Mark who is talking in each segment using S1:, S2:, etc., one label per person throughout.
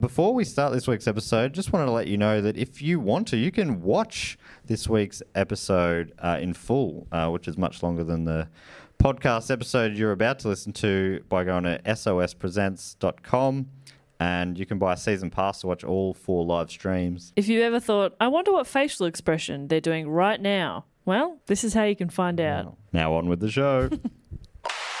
S1: Before we start this week's episode, just wanted to let you know that if you want to, you can watch this week's episode uh, in full, uh, which is much longer than the podcast episode you're about to listen to by going to sospresents.com and you can buy a season pass to watch all four live streams.
S2: If you ever thought, I wonder what facial expression they're doing right now, well, this is how you can find out.
S1: Now on with the show.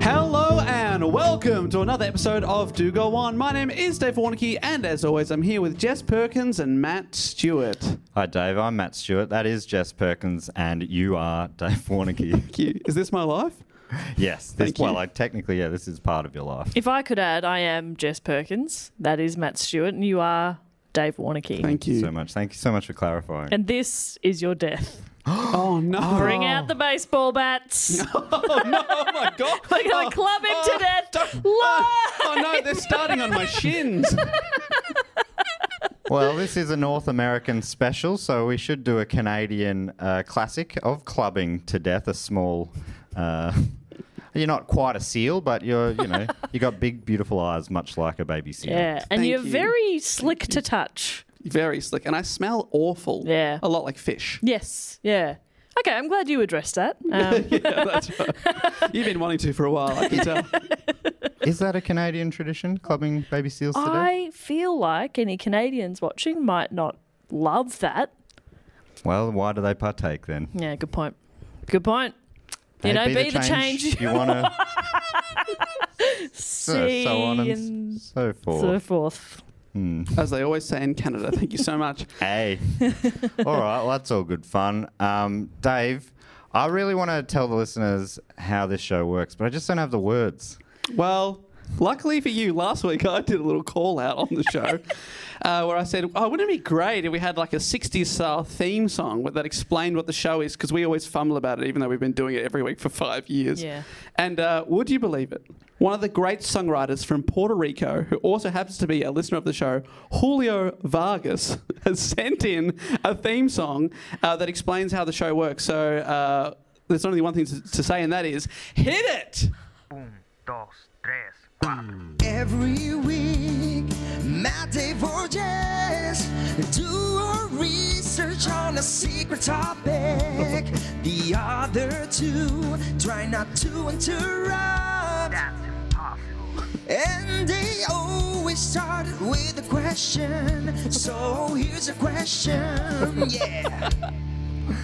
S3: Hello and welcome to another episode of Do Go On. My name is Dave Warnicky, and as always, I'm here with Jess Perkins and Matt Stewart.
S1: Hi, Dave. I'm Matt Stewart. That is Jess Perkins, and you are Dave Warnicky.
S3: Thank you. Is this my life?
S1: yes. This,
S3: you.
S1: well, like, technically, yeah, this is part of your life.
S2: If I could add, I am Jess Perkins. That is Matt Stewart, and you are Dave Warnicky.
S3: Thank you.
S1: so much. Thank you so much for clarifying.
S2: and this is your death.
S3: Oh no!
S2: Bring out the baseball bats.
S3: Oh my god!
S2: We're gonna club him to death.
S3: don't-
S2: Lie!
S3: Oh no! They're starting on my shins.
S1: Well, this is a North American special, so we should do a Canadian uh, classic of clubbing to death. A small, uh, you're not quite a seal, but you're, you know, you got big, beautiful eyes, much like a baby seal.
S2: Yeah, and
S3: Thank
S2: you're
S3: you.
S2: very slick to touch.
S3: Very slick, and I smell awful.
S2: Yeah.
S3: a lot like fish.
S2: Yes. Yeah. Okay, I'm glad you addressed that. Um,
S3: Yeah, that's right. You've been wanting to for a while. I can tell.
S1: Is that a Canadian tradition, clubbing baby seals to death?
S2: I feel like any Canadians watching might not love that.
S1: Well, why do they partake then?
S2: Yeah, good point. Good point.
S1: Hey,
S2: You know, be the change,
S1: you want to.
S2: see,
S1: so on and,
S2: and
S1: so forth.
S2: so forth.
S3: As they always say in Canada. Thank you so much.
S1: Hey. all right. Well, that's all good fun. Um, Dave, I really want to tell the listeners how this show works, but I just don't have the words.
S3: Well, luckily for you, last week I did a little call out on the show uh, where I said, "Oh, wouldn't it be great if we had like a '60s style theme song that explained what the show is?" Because we always fumble about it, even though we've been doing it every week for five years.
S2: Yeah.
S3: And uh, would you believe it? One of the great songwriters from Puerto Rico, who also happens to be a listener of the show, Julio Vargas, has sent in a theme song uh, that explains how the show works. So. Uh, there's only one thing to, to say, and that is hit it.
S4: Every week, Matt Forges do a research on a secret topic. the other two try not to interrupt. That's impossible. And they always started with a question. So here's a question. Yeah.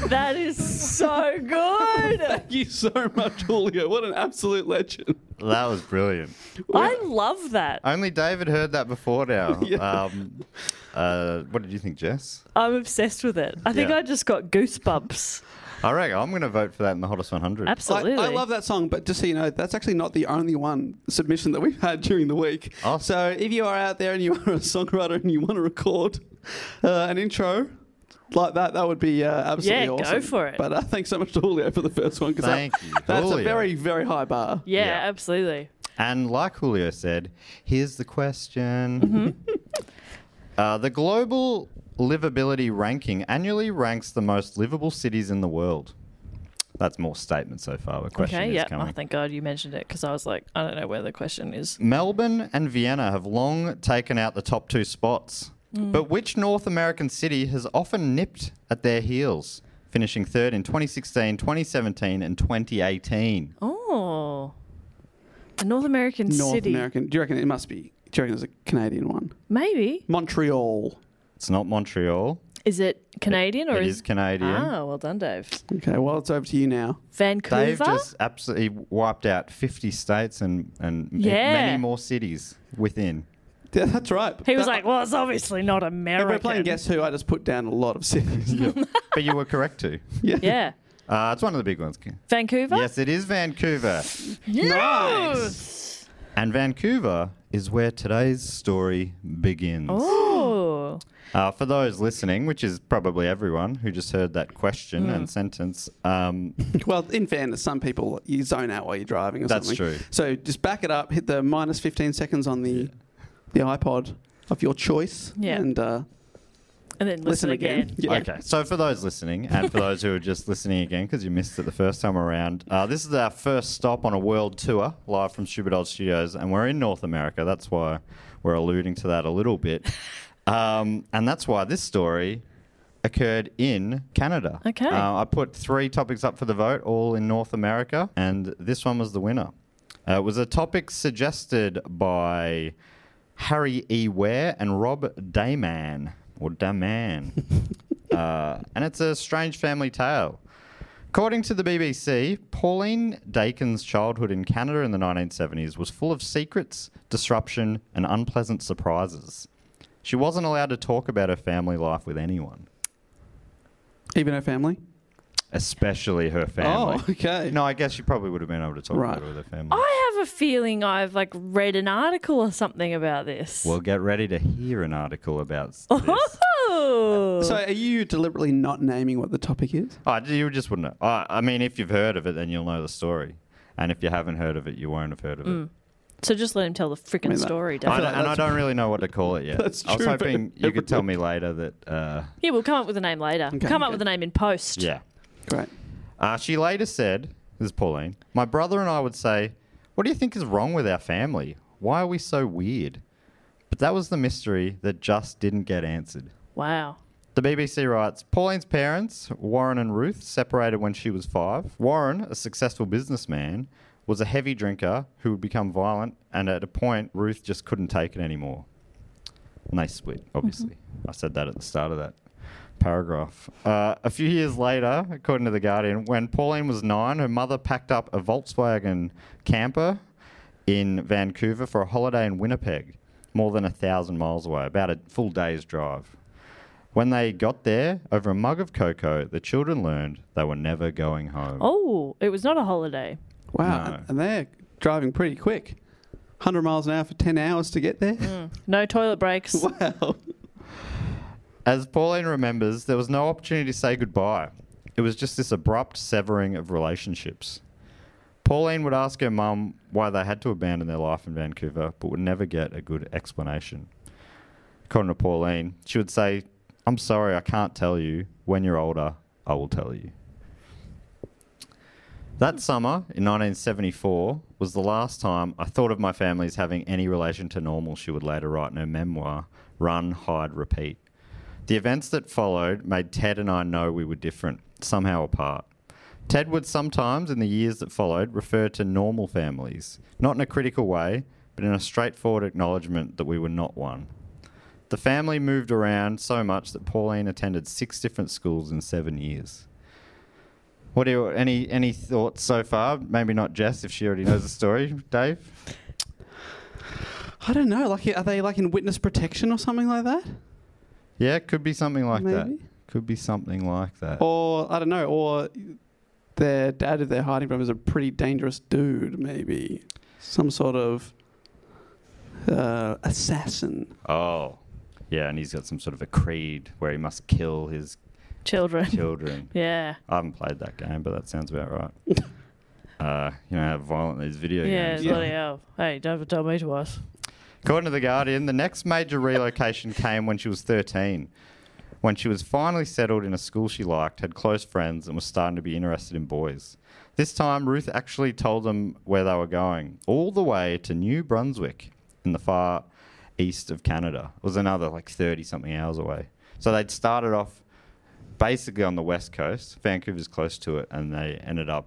S2: That is so good.
S3: Thank you so much, Julio. What an absolute legend.
S1: That was brilliant.
S2: I love that.
S1: Only David heard that before now. um, uh, what did you think, Jess?
S2: I'm obsessed with it. I think
S1: Yeah.
S2: I just got goosebumps.
S1: I reckon I'm going to vote for that in the hottest 100.
S2: Absolutely.
S3: I, I love that song, but just so you know, that's actually not the only one submission that we've had during the week.
S2: Oh.
S3: So if you are out there and you are a songwriter and you want to record uh, an intro like that, that would be uh, absolutely
S2: Yeah, go
S3: awesome.
S2: for it.
S3: But uh, thanks so much to Julio for the first one because
S1: Thank you,
S3: that's a
S1: Julio.
S3: very, very high bar.
S2: Yeah, absolutely.
S1: And like Julio said, here's the question.
S2: Mm-hmm.
S1: uh, the global livability ranking annually ranks the most livable cities in the world. That's more statement so far. But question
S2: Okay,
S1: is
S2: yeah.
S1: coming. Mm.
S2: Oh, thank God you mentioned it because I was like, I don't know where the question is.
S1: Melbourne and Vienna have long taken out the top two spots.
S2: Mm.
S1: But which North American city has often nipped at their heels, finishing third in 2016, 2017, and 2018?
S2: Oh, a North American
S3: North
S2: city.
S3: American. Do you reckon it must be? Do you reckon there's a Canadian one?
S2: Maybe.
S3: Montreal.
S1: It's not Montreal.
S2: Is it Canadian or
S1: it
S2: is
S1: is Canadian.
S2: Ah, well done, Dave.
S3: Okay, well, it's over to you now.
S2: Vancouver.
S1: They've just absolutely wiped out 50 states and, and m-
S2: Yeah.
S1: many more cities within.
S3: Yeah, that's right.
S2: he was
S3: That-
S2: like, well, it's obviously not
S3: If
S2: American.
S3: we're playing Guess Who, I just put down a lot of cities.
S1: but you were correct too.
S2: Yeah.
S1: Uh, it's one of the big ones. Ken.
S2: Vancouver?
S1: Yes, it is Vancouver.
S3: Nice.
S1: And Vancouver is where today's story begins.
S2: Oh.
S1: Uh, for those listening, which is probably everyone who just heard that
S2: Hmm.
S1: question and sentence, um,
S3: Well, in fairness, some people you zone out while you're driving or
S1: That's true.
S3: something. So just back it up, hit the minus 15 seconds on the the iPod of your choice,
S2: Yeah.
S3: and uh,
S2: And then listen,
S3: listen
S2: again.
S3: again. Yeah.
S1: Okay, so for those listening, and for those who are just listening again because you missed it the first time around, uh, this is our first stop on a world tour live from Stupid Old Studios, and we're in North America. That's why we're alluding to that a little bit, um, and that's why this story occurred in Canada.
S2: Okay.
S1: uh, I put three topics up for the vote, all in North America, and this one was the winner. Uh, it was a topic suggested by Harry E. Ware and Rob Dayman, or Daman. uh, and it's a strange family tale. According to the BBC, Pauline Dakin's childhood in Canada in the 1970s was full of secrets, disruption, and unpleasant surprises. She wasn't allowed to talk about her family life with anyone,
S3: even her family.
S1: especially her family.
S3: Oh, okay.
S1: No, I guess she probably would have been able to talk
S3: Right.
S1: about it with her family.
S2: I have a feeling I've like read an article or something about this.
S1: Well, get ready to hear an article about s- this.
S2: Oh.
S3: So are you deliberately not naming what the topic is?
S1: Oh, you just wouldn't know. I, I mean, if you've heard of it, then you'll know the story. And if you haven't heard of it, you won't have heard of it.
S2: So just let him tell the freaking
S3: mean, that-
S2: story,
S1: I
S2: Dave.
S1: don't- and I
S3: that's-
S1: don't really know what to call it yet.
S3: That's
S1: I was
S3: true,
S1: hoping
S3: but
S1: you could tell
S3: everyone-
S1: me later that, uh,
S2: Yeah, we'll come up with a name later.
S3: Okay.
S2: come up
S3: Okay.
S2: with a name in post.
S1: yeah.
S3: Great.
S1: Uh, she later said, this is Pauline, my brother and I would say, What do you think is wrong with our family? Why are we so weird? But that was the mystery that just didn't get answered.
S2: Wow.
S1: The BBC writes Pauline's parents, Warren and Ruth, separated when she was five. Warren, a successful businessman, was a heavy drinker who would become violent, and at a point, Ruth just couldn't take it anymore. And they split, obviously. I said that at the start of that paragraph. Uh, a few years later, according to The Guardian, when Pauline was nine, her mother packed up a Volkswagen camper in Vancouver for a holiday in Winnipeg, more than a thousand miles away, about a full day's drive. When they got there, over a mug of cocoa, the children learned they were never going home.
S2: Oh, it was not a holiday.
S3: Wow.
S1: No.
S3: And they're driving pretty quick. 100 miles an hour for 10 hours to get there.
S2: No toilet breaks.
S3: Wow.
S1: As Pauline remembers, there was no opportunity to say goodbye. It was just this abrupt severing of relationships. Pauline would ask her mum why they had to abandon their life in Vancouver, but would never get a good explanation. According to Pauline, she would say, I'm sorry, I can't tell you. When you're older, I will tell you. That summer in 1974 was the last time I thought of my family as having any relation to normal, she would later write in her memoir, Run, Hide, Repeat. The events that followed made Ted and I know we were different, somehow apart. Ted would sometimes, in the years that followed, refer to normal families, not in a critical way, but in a straightforward acknowledgement that we were not one. The family moved around so much that Pauline attended six different schools in seven years. What are your, any any thoughts so far? Maybe not Jess, if she already knows the story. Dave,
S3: I don't know. Like, are they like in witness protection or something like that?
S1: yeah, could be something like that.
S3: Maybe.
S1: Could be something like that.
S3: Or I don't know. Or their dad, if they're hiding from, is a pretty dangerous dude. Maybe some sort of uh, assassin.
S1: Oh, yeah, and he's got some sort of a creed where he must kill his
S2: Children.
S1: children.
S2: Yeah.
S1: I haven't played that game, but that sounds about right. uh, you know how violent these video
S2: Yeah,
S1: games
S2: bloody
S1: are.
S2: hell. Hey, don't tell me twice.
S1: According to The Guardian, the next major relocation came when she was 13. When she was finally settled in a school she liked, had close friends, and was starting to be interested in boys. This time, Ruth actually told them where they were going, all the way to New Brunswick in the far east of Canada. It was another like 30 something hours away. So they'd started off basically on the west coast. Vancouver's close to it, and they ended up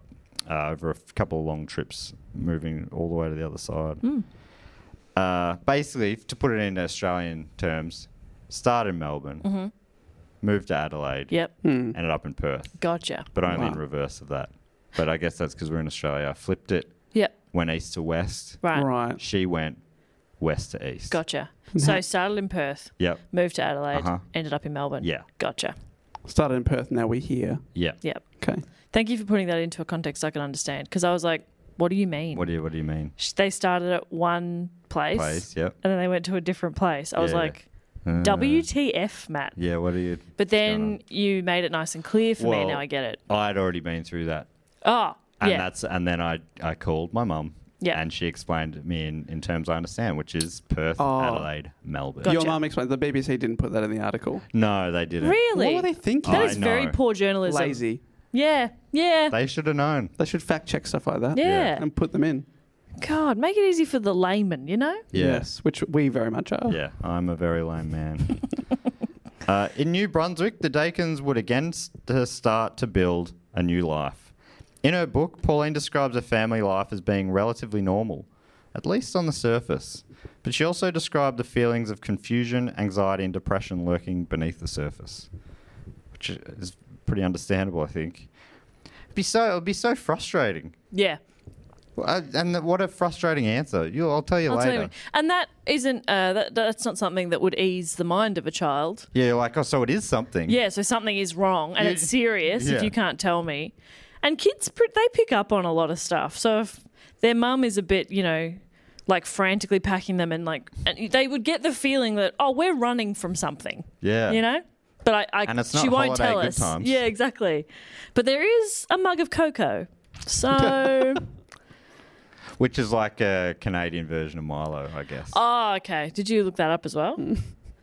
S1: uh, over a f- couple of long trips moving all the way to the other side.
S2: Hmm.
S1: Uh, basically, to put it in Australian terms, started in Melbourne,
S2: Mhm.
S1: moved to Adelaide,
S2: Yep.
S1: ended up in Perth,
S2: Gotcha.
S1: but only in
S2: Wow.
S1: reverse of that. But I guess that's because we're in Australia. I flipped it,
S2: Yep.
S1: went east to west.
S2: Right.
S3: Right.
S1: She went west to east.
S2: Gotcha. So started in Perth.
S1: Yep.
S2: Moved to Adelaide.
S1: Uh-huh.
S2: Ended up in Melbourne.
S1: Yeah.
S2: Gotcha.
S3: Started in Perth. Now we're here.
S1: Yeah.
S2: Yep.
S3: Okay.
S2: Thank you for putting that into a context I can understand because I was like, what do you mean?
S1: What do you What do you mean?
S2: Sh- They started at one place.
S1: Place, yep.
S2: And then they went to a different place. I was
S1: Yeah.
S2: like,
S1: Uh,
S2: WTF, Matt.
S1: Yeah. What are you?
S2: But then you made it nice and clear for me. Now I get it.
S1: I'd already been through that.
S2: Oh,
S1: And
S2: yeah.
S1: that's and then I, I called my mum.
S2: Yeah.
S1: And she explained it me in, in terms I understand, which is Perth,
S3: Oh.
S1: Adelaide, Melbourne.
S3: Your mum explained the BBC didn't put that in the article.
S1: No, they didn't.
S2: Really?
S3: What were they thinking?
S2: That
S1: I
S2: is very
S1: know.
S2: poor journalism.
S3: Lazy.
S2: Yeah. Yeah.
S1: They should have known.
S3: They should fact check stuff like that.
S2: Yeah.
S3: And put them in.
S2: God, make it easy for the layman, you know?
S1: Yeah.
S3: Yes, which we very much are.
S1: Yeah, I'm a very lame man. uh, in New Brunswick, the Dakins would again st- start to build a new life. In her book, Pauline describes her family life as being relatively normal, at least on the surface. But she also described the feelings of confusion, anxiety, and depression lurking beneath the surface, which is pretty understandable, I think. It'd be so, it'd be so frustrating.
S2: Yeah.
S1: Well, I- And th- what a frustrating answer. You, I'll tell you
S2: I'll
S1: later.
S2: tell you. And that isn't uh, that, that's not something that would ease the mind of a child.
S1: Yeah, you're like, oh, so it is something.
S2: Yeah, so something is wrong and
S1: Yeah.
S2: it's serious if
S1: Yeah.
S2: you can't tell me. And kids pr- they pick up on a lot of stuff. So if their mum is a bit, you know, like frantically packing them and like and they would get the feeling that oh, we're running from something.
S1: Yeah.
S2: You know? But I, I
S1: And it's
S2: she
S1: not
S2: won't
S1: holiday
S2: tell
S1: good
S2: us.
S1: times.
S2: Yeah, exactly. But there is a mug of cocoa. So
S1: Which is like a Canadian version of Milo, I guess.
S2: Oh, okay. Did you look that up as well?
S1: Mm.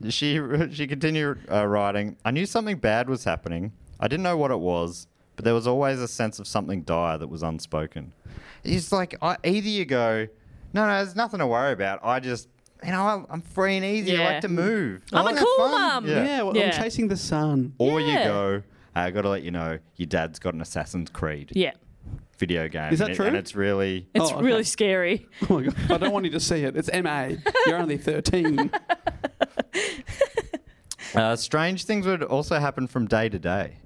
S1: She she continued uh, writing. I knew something bad was happening. I didn't know what it was, but there was always a sense of something dire that was unspoken. It's like I, either you go, no, no, there's nothing to worry about. I just, you know, I'm, I'm free and easy. I
S2: Yeah.
S1: like to move.
S2: I'm
S1: I
S2: a
S1: like to have
S2: cool
S1: fun."
S2: mum.
S1: Yeah.
S3: Yeah, well,
S2: Yeah.
S3: I'm chasing the sun.
S1: Or you
S2: Yeah.
S1: go. I got to let you know, your dad's got an Assassin's Creed
S2: Yeah.
S1: video game.
S3: Is that
S1: and it-
S3: true?
S1: And it's really
S2: It's
S3: Oh, okay.
S2: really scary.
S3: Oh my God. I don't want you to see it. It's MA. You're only 13.
S1: Uh, strange things would also happen from day to day.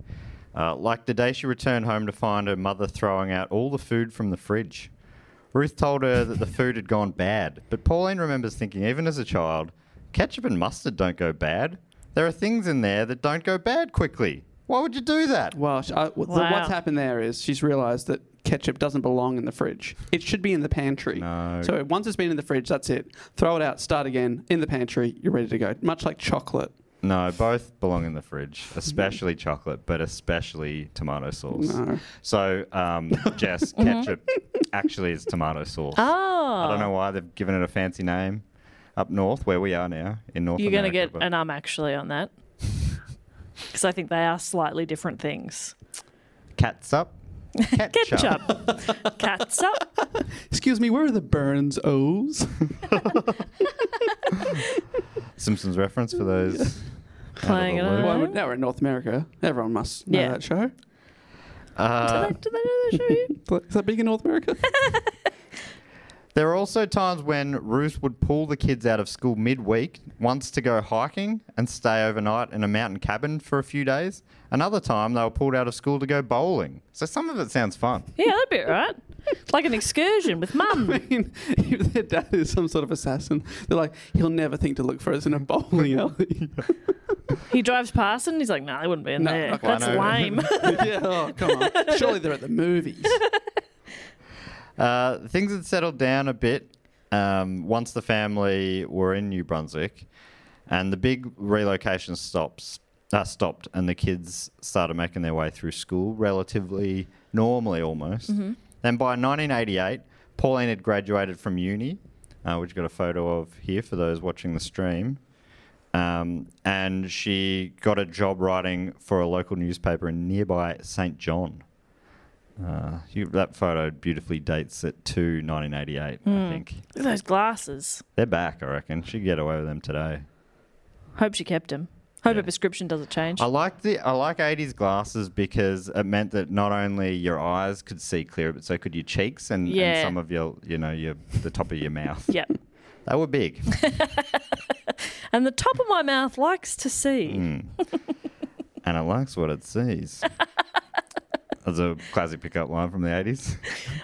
S1: Uh, like the day she returned home to find her mother throwing out all the food from the fridge. Ruth told her that the food had gone bad, but Pauline remembers thinking, even as a child, ketchup and mustard don't go bad. There are things in there that don't go bad quickly. Why would you do that?
S3: Well, sh- I, w- the-
S2: Wow.
S3: what's happened there is she's realised that ketchup doesn't belong in the fridge. It should be in the pantry. No. So once it's been in the fridge, that's it. Throw it out, start again, in the pantry, you're ready to go. Much like chocolate.
S1: No, both belong in the fridge, especially chocolate, but especially tomato sauce.
S3: No.
S1: So, um, Jess, ketchup actually is tomato sauce.
S2: Oh.
S1: I don't know why they've given it a fancy name up north, where we are now in North.
S2: You're going to get
S1: America, but-
S2: an um actually on that. Because I think they are slightly different things.
S1: cats up.
S2: Ketchup. Cats up.
S3: Excuse me, where are the Burns O's?
S1: Simpsons reference for those.
S2: Playing it
S3: Well,
S2: on.
S3: we're- now we're in North America. Everyone must know
S2: Yeah.
S3: that show.
S1: Uh,
S2: Do they know that show?
S3: Is that big in North America?
S1: There are also times when Ruth would pull the kids out of school midweek, once to go hiking and stay overnight in a mountain cabin for a few days. Another time they were pulled out of school to go bowling. So some of it sounds fun.
S2: Yeah, that'd be all right. Like an excursion with mum.
S3: if their dad is some sort of assassin, they're like, he'll never think to look for us in a bowling alley.
S2: He drives past and he's like, "No, nah, they wouldn't be in
S3: No,
S2: there.
S3: okay.
S2: That's
S1: I know.
S2: lame."
S3: yeah, oh, come on. Surely they're at the movies.
S1: Uh, things had settled down a bit um, once the family were in New Brunswick, and the big relocation stops uh, stopped, and the kids started making their way through school relatively normally, almost.
S5: Mhm.
S1: And by 1988, Pauline had graduated from uni, uh, which got a photo of here for those watching the stream. Um, and she got a job writing for a local newspaper in nearby St. John. Uh, you, that photo beautifully dates it to 1988, I
S2: Hmm.
S1: think.
S2: Look at those glasses.
S1: They're back, I reckon. She'd get away with them today.
S2: Hope she kept him. Hope her prescription doesn't change.
S1: I like the I like 80s glasses because it meant that not only your eyes could see clear, but so could your cheeks and, and
S2: Yeah.
S1: some of your, you know, your the top of your mouth.
S2: Yep.
S1: They were big.
S2: And the top of my mouth likes to see.
S1: Mm. and it likes what it sees. That's a classic pickup line from the 80s.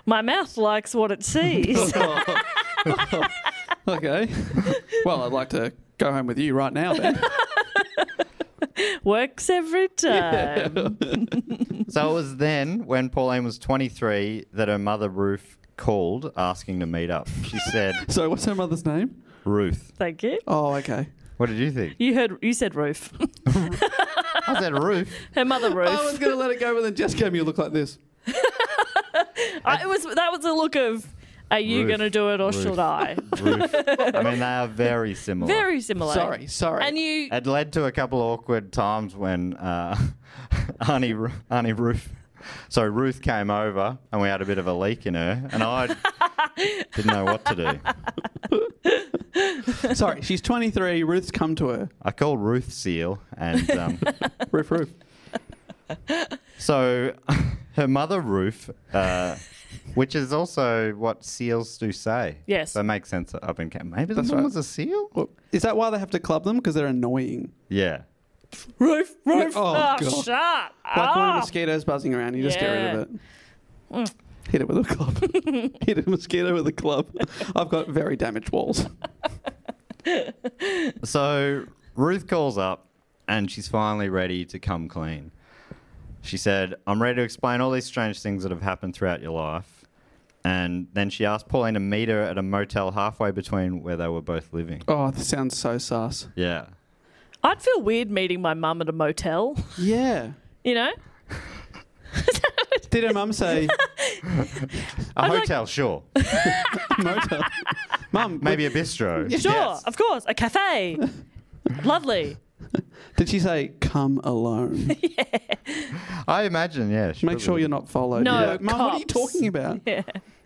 S2: My mouth likes what it sees.
S3: okay. Well, I'd like to go home with you right now, then.
S2: Works every time.
S1: so it was then, when Pauline was 23, that her mother, Ruth, called asking to meet up. She said,
S3: So, what's her mother's name?
S1: Ruth.
S2: Thank you.
S3: Oh, okay.
S1: What did you think?
S2: You heard you said roof.
S1: I said roof.
S2: Her mother roof.
S3: I was going to let it go, but then Jess gave me a look like this.
S2: I, it was that was a look of are you
S1: Roof.
S2: gonna do it or
S1: Roof.
S2: should I?
S1: Roof. I mean, they are very similar.
S2: Very similar.
S3: Sorry, sorry.
S2: And you
S1: It led to a couple of awkward times when uh, Arnie, Ru- Arnie Ruth, sorry, Ruth came over and we had a bit of a leak in her, and I didn't know what to do.
S3: Sorry, she's 23. Ruth's come to her.
S1: I called Ruth Seal, and um,
S3: Roof, roof.
S1: so her mother Ruth, uh, which is also what seals do say.
S3: Yes.
S1: that makes sense up in Canada. Maybe this one was a seal?
S3: Is that why they have to club them? Because they're annoying.
S1: yeah.
S2: Roof,
S3: roof.
S2: Oh,
S3: Oh, God.
S2: shut
S3: Like when the
S2: up.
S3: mosquitoes buzzing around, you just get rid of
S2: Ah! Mm.
S3: it. Hit it with a club. Hit a mosquito with a club. I've got very damaged walls.
S1: So Ruth calls up and she's finally ready to come clean. She said, I'm ready to explain all these strange things that have happened throughout your life. And then she asked Pauline to meet her at a motel halfway between where they were both living.
S3: Oh, this sounds so sus.
S1: Yeah.
S2: I'd feel weird meeting my mum at a motel.
S3: Yeah.
S2: You know?
S3: Did her mum say
S1: A hotel, sure.
S3: motel? Mum,
S1: Maybe a bistro.
S2: Sure, of course. A cafe. Lovely.
S3: Did she say come alone?
S1: I imagine, yeah. she
S3: Make sure
S1: probably-
S3: you're not followed.
S2: No,
S3: You're like, Mum, what are you
S2: cops."
S3: talking about?
S2: Yeah.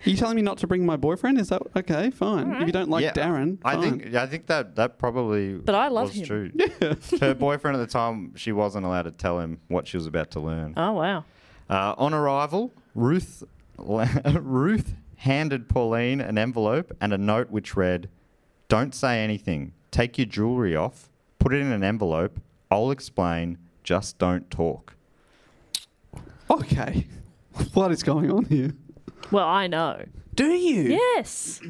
S3: Are you telling me not to bring my boyfriend? Is that okay? Fine. If you don't like
S1: Yeah,
S3: Darren,
S1: I
S3: fine.
S1: think I think that that probably
S2: But I love
S1: was
S2: him.
S1: true. Her boyfriend at the time, she wasn't allowed to tell him what she was about to learn.
S2: Oh wow.
S1: Uh, on arrival, Ruth Ruth handed Pauline an envelope and a note which read, "Don't say anything. Take your jewelry off. Put it in an envelope. I'll explain. Just don't talk."
S3: Okay. What is going on here?
S2: Well, I know.
S3: Do you?
S2: Yes.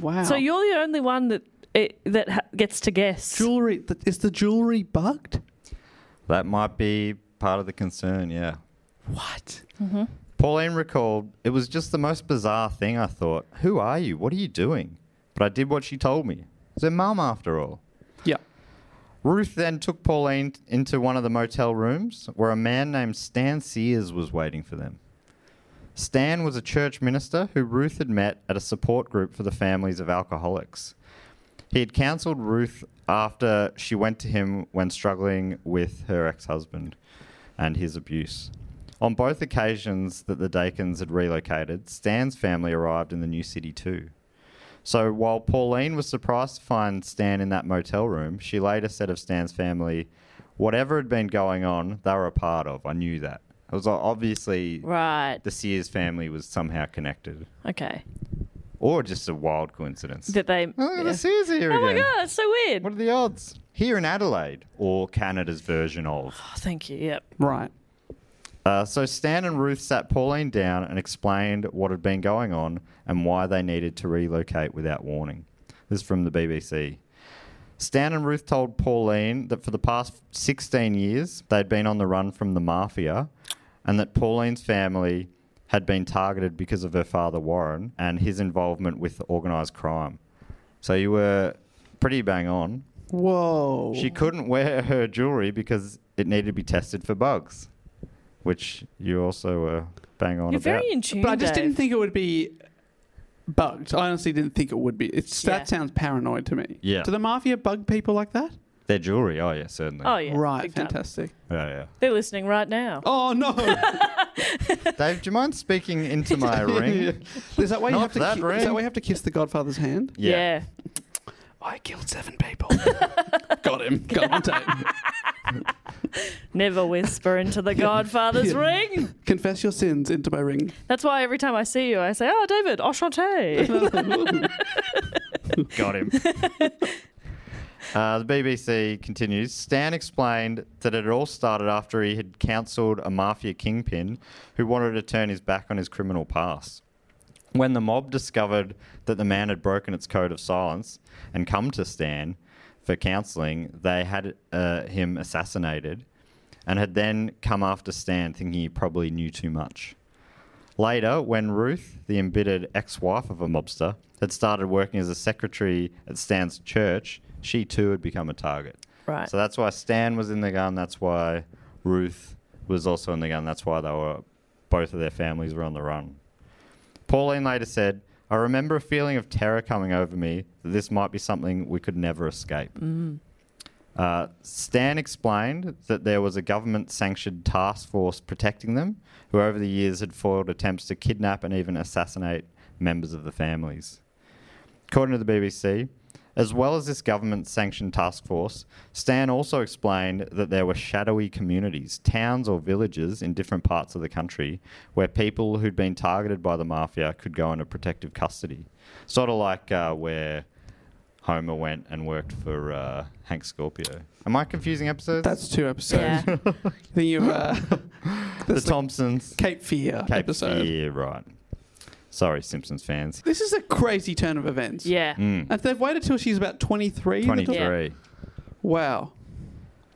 S3: Wow.
S2: So you're the only one that it, that ha- gets to guess.
S3: Jewelry. th- Is the jewelry bugged?
S1: That might be part of the concern. Yeah.
S3: What?
S1: Pauline recalled, It was just the most bizarre thing, I thought. Who are you? What are you doing? But I did what she told me. It's her mum, after all.
S3: Yeah.
S1: Ruth then took Pauline t- into one of the motel rooms where a man named Stan Sears was waiting for them. Stan was a church minister who Ruth had met at a support group for the families of alcoholics. He had counseled Ruth after she went to him when struggling with her ex husband and his abuse. On both occasions that the Dakins had relocated, Stan's family arrived in the new city too. So while Pauline was surprised to find Stan in that motel room, she later said of Stan's family, whatever had been going on, they were a part of. I knew that. It was like, obviously
S6: Right.
S1: the Sears family was somehow connected,
S6: Okay.
S1: or just a wild coincidence.
S6: That they.
S1: Oh,
S6: yeah.
S1: the Sears here
S6: Oh my
S1: again.
S6: god, it's so weird. What
S1: are the odds? Here in Adelaide, or Canada's version of.
S6: Oh, thank you. Yep.
S3: Right.
S1: Uh, so Stan and Ruth sat Pauline down and explained what had been going on and why they needed to relocate without warning. This is from the BBC. Stan and Ruth told Pauline that for the past 16 years they'd been on the run from the mafia and that Pauline's family had been targeted because of her father Warren and his involvement with organised crime. So you were pretty bang on.
S3: Whoa.
S1: She couldn't wear her jewelry because it needed to be tested for bugs, which you also were bang on
S2: You're
S1: about.
S2: very in tune.
S3: But I just
S2: Dave.
S3: didn't think it would be bugged. I honestly didn't think it would be. It's
S2: Yeah.
S3: that sounds paranoid to me.
S1: Yeah.
S3: Do the mafia bug people like that?
S1: Their jewelry, oh yeah, certainly.
S2: Oh yeah.
S3: right.
S2: big time.
S3: Fantastic.
S1: yeah,
S2: They're listening right now.
S3: Oh no.
S1: yeah. Dave, do you mind speaking into my ring?
S3: Is that why you
S1: Not
S3: have to?
S1: that
S3: ki-
S1: ring.
S3: Is that why you have to kiss the Godfather's hand?
S1: Yeah.
S3: I killed seven people. Got him. Got him on tape.
S6: Never whisper into the Godfather's
S3: Yeah.
S6: ring.
S3: Confess your sins into my ring.
S6: That's why every time I see you, I say, "Oh, David, enchanté."
S1: Got him. Uh, the BBC continues. Stan explained that it all started after he had counselled a mafia kingpin who wanted to turn his back on his criminal past. When the mob discovered that the man had broken its code of silence and come to Stan for counselling, they had uh, him assassinated and had then come after Stan thinking he probably knew too much. Later, when Ruth, the embittered ex wife of a mobster, had started working as a secretary at Stan's church, she too had become a target.
S6: Right.
S1: So that's why Stan was in the gun. That's why Ruth was also in the gun. That's why they were both of their families were on the run. Pauline later said, I remember a feeling of terror coming over me that this might be something we could never escape. Uh, Stan explained that there was a government sanctioned task force protecting them, who over the years had foiled attempts to kidnap and even assassinate members of the families. According to the BBC, as well as this government sanctioned task force, Stan also explained that there were shadowy communities, towns or villages in different parts of the country where people who'd been targeted by the mafia could go into protective custody. Sort of like uh, where Homer went and worked for uh, Hank Scorpio. Am I confusing episodes?
S3: That's two episodes. Then you uh,
S1: the Thompsons.
S3: Cape Fear
S1: Cape
S3: episode.
S1: Fear, right. Sorry, Simpsons fans.
S3: This is a crazy turn of events.
S6: yeah.
S1: Mm,
S3: If they've waited till she's about 23. they're talking-
S1: 23.
S3: Wow.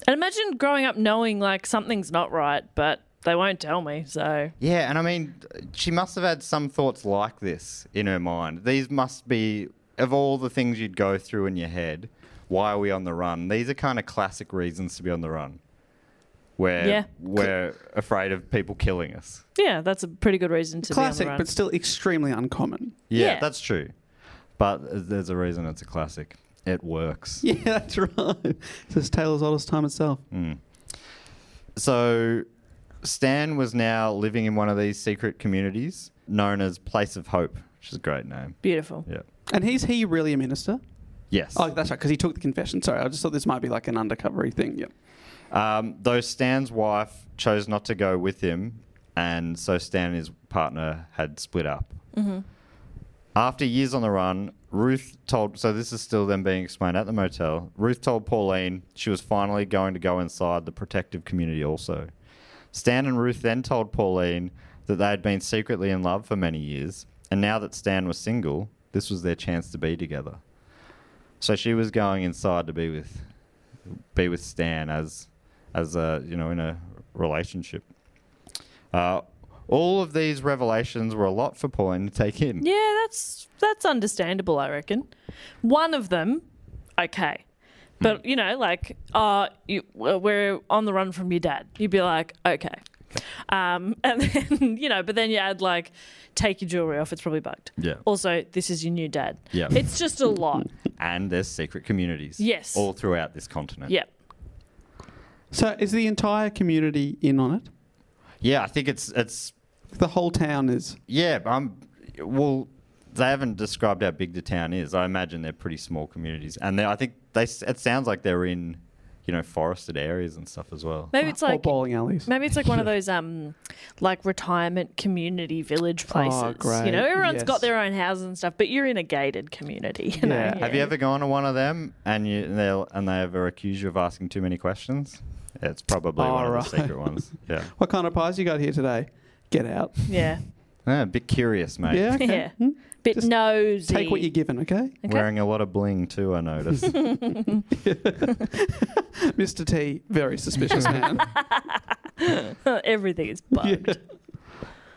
S6: And imagine growing up knowing like something's not right, but they won't tell me. So
S1: Yeah, and I mean, she must have had some thoughts like this in her mind. These must be, of all the things you'd go through in your head, why are we on the run? These are kind of classic reasons to be on the run. Where
S6: Yeah.
S1: we're afraid of people killing us.
S6: yeah, that's a pretty good reason to be
S3: Classic,
S6: on the run.
S3: but still extremely uncommon.
S1: Yeah,
S6: Yeah.
S1: that's true. But there's a reason it's a classic. It works.
S3: Yeah, that's right. It's this tale as old as time itself.
S1: Mm. So Stan was now living in one of these secret communities known as Place of Hope, which is a great name.
S6: Beautiful.
S1: Yeah.
S3: And he's he really a minister?
S1: Yes.
S3: Oh, that's right, because he took the confession. Sorry, I just thought this might be like an undercovery thing. Yep.
S1: Um, though Stan's wife chose not to go with him, and so Stan and his partner had split up. After years on the run, Ruth told. So this is still them being explained at the motel. Ruth told Pauline she was finally going to go inside the protective community also. Stan and Ruth then told Pauline that they had been secretly in love for many years, and now that Stan was single, this was their chance to be together. So she was going inside to be with be with Stan as as a you know in a relationship. Uh, all of these revelations were a lot for Pauline to take in.
S6: Yeah, that's that's understandable, I reckon. One of them, okay. But you know, like, uh, you, well, we're on the run from your dad. You'd be like, okay, um, and then you know, but then you add like, take your jewelry off. It's probably bugged.
S1: Yeah.
S6: Also, this is your new dad.
S1: Yeah.
S6: It's just a lot.
S1: And there's secret communities.
S6: Yes.
S1: All throughout this continent.
S6: yeah.
S3: So is the entire community in on it?
S1: Yeah, I think it's it's
S3: the whole town is.
S1: Yeah, I'm. Well, they haven't described how big the town is. I imagine they're pretty small communities, and they- I think they. s- It sounds like they're in, you know, forested areas and stuff as well.
S2: Maybe it's like
S3: bowling alleys.
S2: Maybe it's like one of those um, like retirement community village places. You
S1: Oh, great.
S2: know, everyone's
S1: Yes.
S2: got their own houses and stuff, but you're in a gated community. You know?
S1: Have you ever gone to one of them and you and, they'll, and they ever accuse you of asking too many questions? It's probably one
S3: All
S1: of the
S3: right.
S1: secret ones. Yeah.
S3: What kind of pies you got here today? Get out.
S2: Yeah.
S1: Yeah, a bit curious, mate.
S3: Yeah, okay. Hmm?
S2: Yeah. Bit nosy.
S3: Take what you're given, okay?
S1: Wearing a lot of bling too, I noticed.
S3: Mr. T, very suspicious man.
S2: Everything is bugged.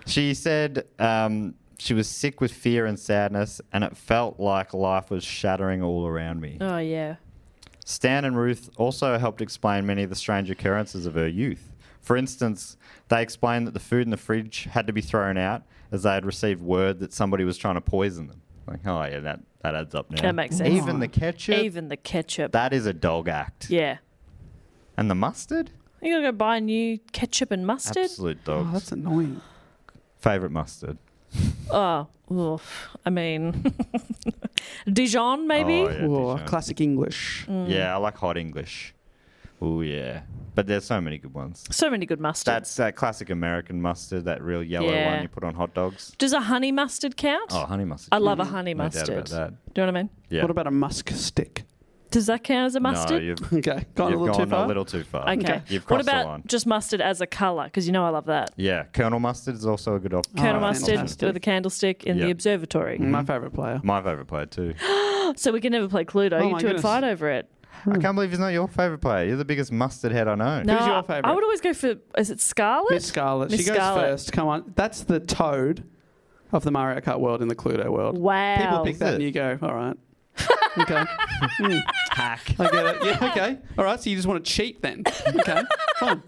S1: She said um, she was sick with fear and sadness, and it felt like life was shattering all around me.
S2: Oh yeah.
S1: Stan and Ruth also helped explain many of the strange occurrences of her youth. For instance, they explained that the food in the fridge had to be thrown out as they had received word that somebody was trying to poison them. Like, oh yeah, that, that adds up now.
S2: That makes sense.
S1: Even the ketchup.
S2: Even the ketchup.
S1: that is a dog act.
S2: yeah.
S1: And the mustard?
S2: You gotta go buy new ketchup and mustard.
S1: Absolute dogs.
S3: Oh, that's annoying.
S1: Favorite mustard.
S2: Oh, oof. I mean, Dijon maybe.
S1: Oh, yeah,
S3: Whoa,
S1: Dijon.
S3: classic English.
S2: Mm.
S1: Yeah, I like hot English. Oh yeah, but there's so many good ones.
S2: So many good mustards.
S1: That's that classic American mustard, that real yellow
S2: Yeah.
S1: one you put on hot dogs.
S2: Does a honey mustard count?
S1: Oh, honey mustard.
S2: I love a
S1: yeah.
S2: honey
S1: No doubt
S2: mustard.
S1: about that.
S2: Do you know what I mean?
S1: Yeah.
S3: What about a musk stick?
S2: Does that count as a mustard?
S1: No, you've
S3: okay, gone a
S1: you've
S3: little too
S1: gone
S3: far.
S1: A little too far.
S2: okay.
S1: You've
S2: what
S1: crossed
S2: about
S1: the line.
S2: just mustard as a color? Because you know I love that.
S1: Yeah, Colonel mustard is also a good option.
S2: Colonel mustard with a candlestick in the
S1: Oh, Yeah. Mm.
S2: observatory.
S3: favorite Mm. player.
S1: My favorite player too.
S2: so we can never play Cluedo.
S1: Oh my
S2: you two would
S1: goodness.
S2: fight over it.
S1: I can't believe he's not your favorite player. You're the biggest mustard head I know.
S2: No, I would always go for. Is it Scarlet?
S3: Miss Scarlet.
S2: Miss
S3: she goes
S2: Scarlet.
S3: first. Come on. That's the toad of the Mario Kart world in the Cluedo world.
S2: Wow.
S3: People pick
S2: Is
S3: that
S2: it?
S3: and you go, all right. okay. Hmm. I get it. Yeah, okay. All right, so you just want to cheat then. Okay. Fine.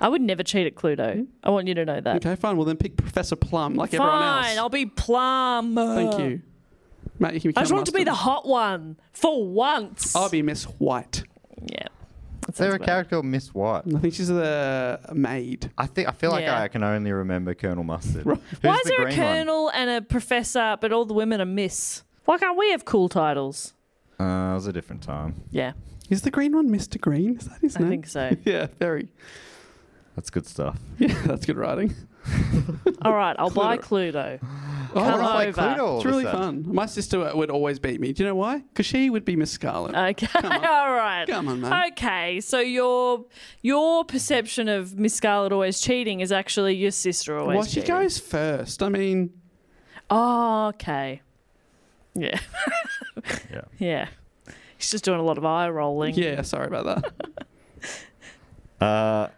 S2: I would never cheat at Cluedo. I want you to know that.
S3: Okay, fine. Well, then pick Professor Plum like Hmm? everyone else.
S2: Fine, I'll be Plum.
S3: Thank you. Matt, you can
S2: I
S3: become
S2: just want to be the
S3: Master.
S2: hot one for once.
S3: I'll be Miss White.
S2: Yeah.
S1: Is there a character called Miss White?
S3: I think she's the maid.
S1: I think I feel like
S2: Yeah.
S1: I can only remember Colonel Mustard. Who's
S2: Why is
S1: the
S2: there a
S1: green one?
S2: colonel and a professor, but all the women are miss? Why can't we have cool titles?
S1: Uh, it was a different time.
S2: Yeah.
S3: Is the green one Mr. Green? Is that his
S2: I
S3: name?
S2: think so.
S3: yeah, very.
S1: That's good stuff.
S3: Yeah, that's good writing.
S2: All right, I'll buy Cluedo.
S3: Oh,
S2: Come
S3: wow.
S2: over.
S3: It's really fun. My sister would always beat me. Do you know why? Because she would be Miss Scarlet.
S2: Okay, all right.
S3: Come on, mate.
S2: Okay, so your your perception of Miss Scarlet always cheating is actually your sister always.
S3: Well, she
S2: cheating.
S3: goes first. I mean,
S2: Oh, okay. Yeah.
S1: yeah.
S2: Yeah. She's just doing a lot of eye rolling.
S3: yeah. Sorry about that.
S1: Uh,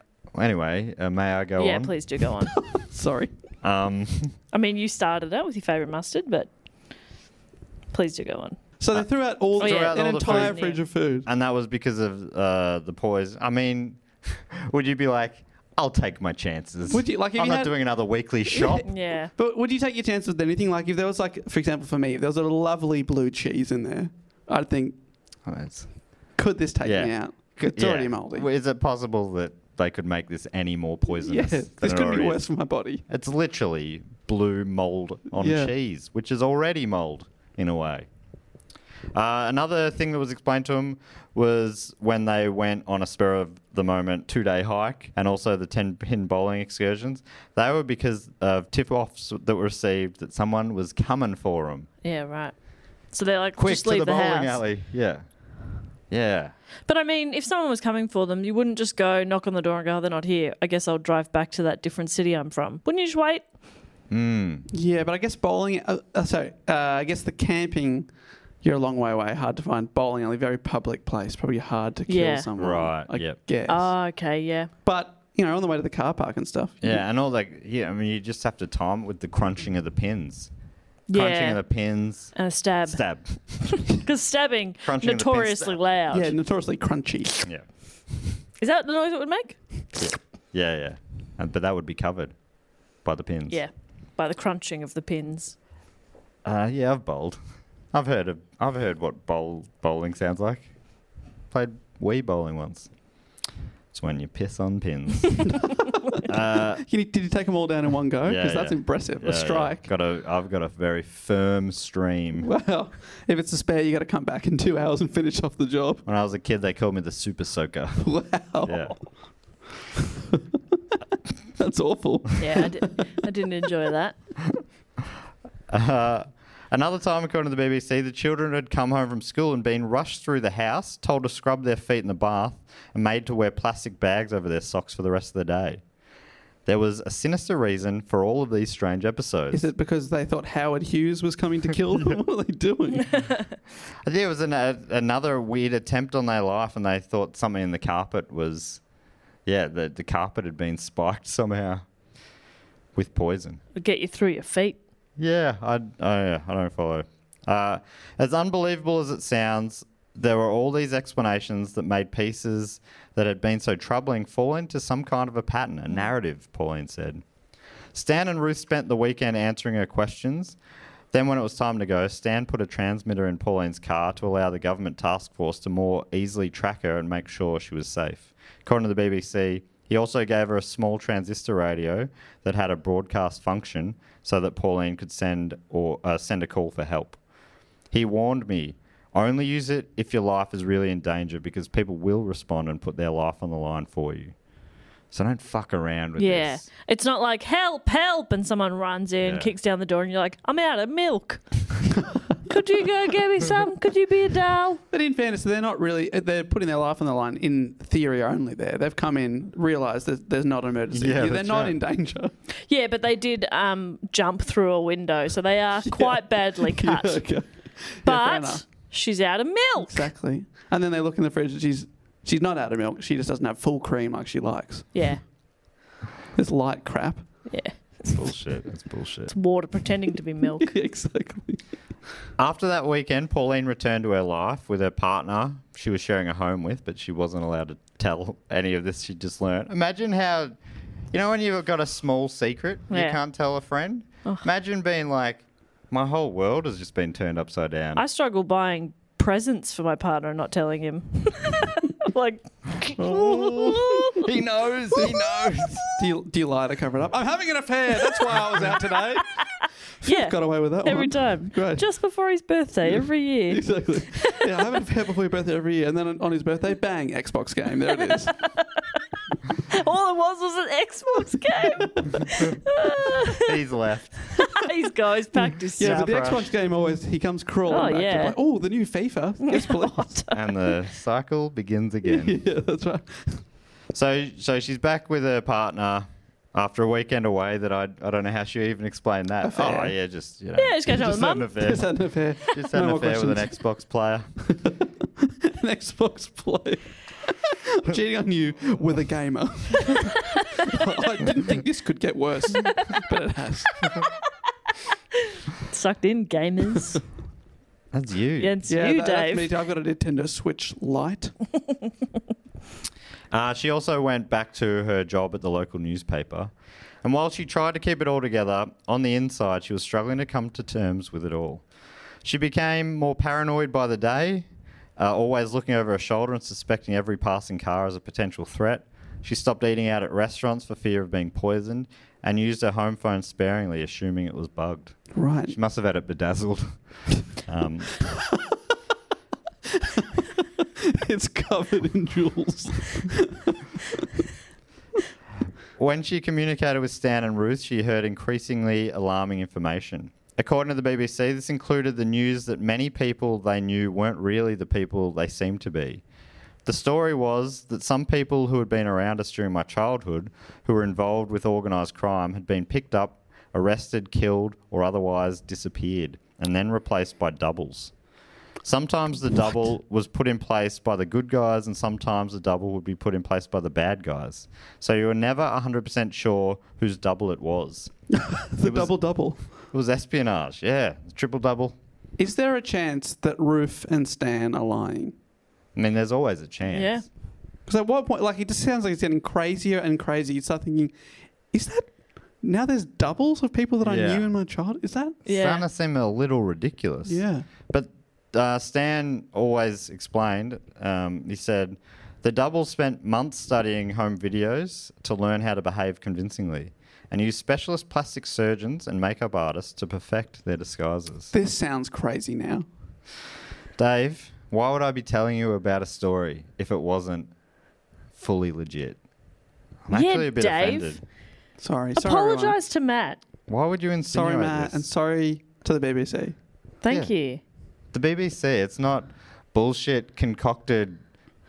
S1: anyway, uh, may I go on?
S2: yeah, please do go on.
S3: Sorry.
S1: Um,
S2: I mean, you started out with your favourite mustard, but please do go on.
S3: So they threw out all
S2: Oh, yeah.
S3: an
S2: All the
S3: entire
S2: food.
S3: fridge of food.
S1: and that was because of uh, the poise. I mean, would you be like, I'll take my chances?
S3: Would you- like, if
S1: I'm
S3: you
S1: not
S3: had-
S1: doing another weekly shop.
S2: Yeah.
S3: But would you take your chances with anything? Like if there was like, for example, for me, if there was a lovely blue cheese in there, I'd think,
S1: Oh, that's-
S3: could this take me
S1: yeah.
S3: out?
S1: C-
S3: It's
S1: yeah.
S3: already moldy.
S1: Well, Is it possible that they could make this any more
S3: Yeah,
S1: poisonous?
S3: this
S1: than it
S3: couldn't be
S1: already is?
S3: worse for my body.
S1: It's literally blue mold on
S3: Yeah.
S1: cheese, which is already mold in a way. Uh, another thing that was explained to them was when they went on a spur of the moment two day hike and also the 10 pin bowling excursions. They were because of tip offs that were received that someone was coming for them.
S2: Yeah, right. So they're like,
S1: Quick
S2: just
S1: to
S2: leave
S1: the,
S2: the,
S1: bowling
S2: house.
S1: alley. Yeah. Yeah.
S2: But I mean, if someone was coming for them, you wouldn't just go knock on the door and go, oh, they're not here. I guess I'll drive back to that different city I'm from. Wouldn't you just wait?
S3: Yeah, but I guess bowling. Uh, uh, sorry, uh, I guess the camping. You're a long way away. Hard to find bowling alley. Very public place. Probably hard to kill
S2: Yeah.
S3: someone.
S1: Right,
S3: I
S1: yep.
S3: guess.
S2: Oh, okay, yeah.
S3: but you know, on the way to the car park and stuff.
S1: Yeah. And all that. Yeah. I mean, you just have to time it with the crunching of the pins. Crunching
S2: Yeah.
S1: of the pins.
S2: And a stab.
S1: Stab.
S2: Because stabbing,
S1: Crunching of the pin
S2: notoriously
S1: stab.
S2: loud.
S3: Yeah, notoriously crunchy.
S1: Yeah.
S2: Is that the noise it would make?
S1: Yeah, yeah. And, but that would be covered by the pins.
S2: Yeah. By the crunching of the pins.
S1: Uh, yeah, I've bowled. I've heard of, I've heard what bowl bowling sounds like. Played wee bowling once. It's when you piss on pins.
S2: win.
S1: Uh,
S3: Can you- did you take them all down in one go? Because that's impressive.
S1: Yeah,
S3: a
S1: yeah.
S3: strike.
S1: Got a, I've got a very firm stream.
S3: Well, if it's a spare, you got to come back in two hours and finish off the job.
S1: When I was a kid, they called me the super soaker.
S3: Wow.
S1: Yeah.
S3: That's awful.
S2: yeah, I, did, I didn't enjoy that.
S1: Uh, another time, according to the BBC, the children had come home from school and been rushed through the house, told to scrub their feet in the bath, and made to wear plastic bags over their socks for the rest of the day. There was a sinister reason for all of these strange episodes.
S3: Is it because they thought Howard Hughes was coming to kill them? what are they doing?
S1: I think it was an, a, another weird attempt on their life, and they thought something in the carpet was, yeah, the, the carpet had been spiked somehow with poison.
S2: It'll get you through your feet.
S1: Yeah, I, I, I don't follow. Uh, as unbelievable as it sounds, there were all these explanations that made pieces that had been so troubling fall into some kind of a pattern, a narrative, Pauline said. Stan and Ruth spent the weekend answering her questions. Then, when it was time to go, Stan put a transmitter in Pauline's car to allow the government task force to more easily track her and make sure she was safe. According to the BBC, he also gave her a small transistor radio that had a broadcast function so that Pauline could send or uh, send a call for help. He warned me, only use it if your life is really in danger because people will respond and put their life on the line for you. So don't fuck around with
S2: Yeah.
S1: this.
S2: It's not like help, help, and someone runs in,
S1: Yeah.
S2: kicks down the door, and you're like, I'm out of milk. Could you go get me some? Could you be a doll?
S3: But in fairness, they're not really. uh, They're putting their life on the line in theory only. There, they've come in, realised that there's not an emergency.
S1: Yeah,
S3: they're
S1: that's
S3: not
S1: right.
S3: in danger.
S2: Yeah, but they did um, jump through a window, so they are quite badly cut.
S3: Yeah, okay.
S2: But
S3: enough.
S2: she's out of milk.
S3: Exactly. And then they look in the fridge, and she's she's not out of milk. She just doesn't have full cream like she likes.
S2: Yeah,
S3: This light crap.
S2: yeah.
S1: bullshit. That's bullshit.
S2: It's water pretending to be milk.
S3: exactly.
S1: After that weekend, Pauline returned to her life with her partner she was sharing a home with, but she wasn't allowed to tell any of this she just learned. Imagine how, you know, when you've got a small secret
S2: Yeah.
S1: you can't tell a friend? Imagine being like, my whole world has just been turned upside down.
S2: I struggle buying presents for my partner and not telling him. like,
S1: he knows, he knows.
S3: Do you do you lie to cover it up? I'm having an affair. That's why I was out today.
S2: yeah,
S3: Got away with that
S2: every
S3: one.
S2: time.
S3: Great.
S2: Just before his birthday, every year.
S3: Exactly. Yeah, I have an affair before your birthday every year, and then on- on his birthday, bang, Xbox game. There it is.
S2: All it was was an Xbox game.
S1: He's left.
S2: He's goes packed his
S3: Yeah,
S2: stuff.
S3: but the Xbox game always he comes crawling
S2: Oh,
S3: back. to
S2: yeah.
S3: like, oh, the new FIFA. Yes, please.
S1: And the cycle begins again.
S3: yeah, that's right.
S1: So, so she's back with her partner after a weekend away. That I, I don't know how she even explained that.
S3: Affair.
S1: Oh yeah, just you know,
S2: Yeah, just go tell
S1: just
S2: her
S1: had an
S2: mum.
S1: affair.
S3: Just had an affair.
S1: Just had
S3: No
S1: an
S3: more
S1: affair with an
S3: questions.
S1: Xbox player.
S3: An Xbox play. I'm cheating on you with a gamer. I didn't think this could get worse, but it has.
S2: Sucked in gamers.
S1: That's you.
S2: yeah, it's
S3: Yeah,
S2: you,
S3: that- that's
S2: Dave.
S3: me too. I've got a Nintendo Switch Lite.
S1: Uh, she also went back to her job at the local newspaper. And while she tried to keep it all together, on the inside, she was struggling to come to terms with it all. She became more paranoid by the day, uh, always looking over her shoulder and suspecting every passing car as a potential threat. She stopped eating out at restaurants for fear of being poisoned and used her home phone sparingly, assuming it was bugged.
S3: Right.
S1: She must have had it bedazzled. um,
S3: It's covered in jewels.
S1: When she communicated with Stan and Ruth, she heard increasingly alarming information. According to the BBC, this included the news that many people they knew weren't really the people they seemed to be. The story was that some people who had been around us during my childhood, who were involved with organised crime, had been picked up, arrested, killed, or otherwise disappeared, and then replaced by doubles. Sometimes the double was put in place by the good guys, and sometimes the double would be put in place by the bad guys. So you were never 100% sure whose double it was.
S3: The double double.
S1: It was espionage, yeah. Triple double.
S3: Is there a chance that Roof and Stan are lying?
S1: I mean, there's always a chance.
S2: Yeah.
S3: Because at what point, like, it just sounds like it's getting crazier and crazier. You start thinking, is that now there's doubles of people that I
S1: Yeah.
S3: knew in my childhood? Is that?
S2: Yeah.
S1: Starting to seem a little ridiculous.
S3: Yeah.
S1: But uh, Stan always explained, um, he said, The double spent months studying home videos to learn how to behave convincingly and used specialist plastic surgeons and makeup artists to perfect their disguises.
S3: This sounds crazy now.
S1: Dave, why would I be telling you about a story if it wasn't fully legit? I'm
S2: Yeah,
S1: actually a bit
S2: Dave.
S1: offended.
S3: Sorry, sorry. everyone.
S2: Apologise to Matt.
S1: Why would you insinuate
S3: Sorry, Matt,
S1: this?
S3: and sorry to the BBC.
S2: Thank
S1: Yeah.
S2: you.
S1: The BBC, it's not bullshit concocted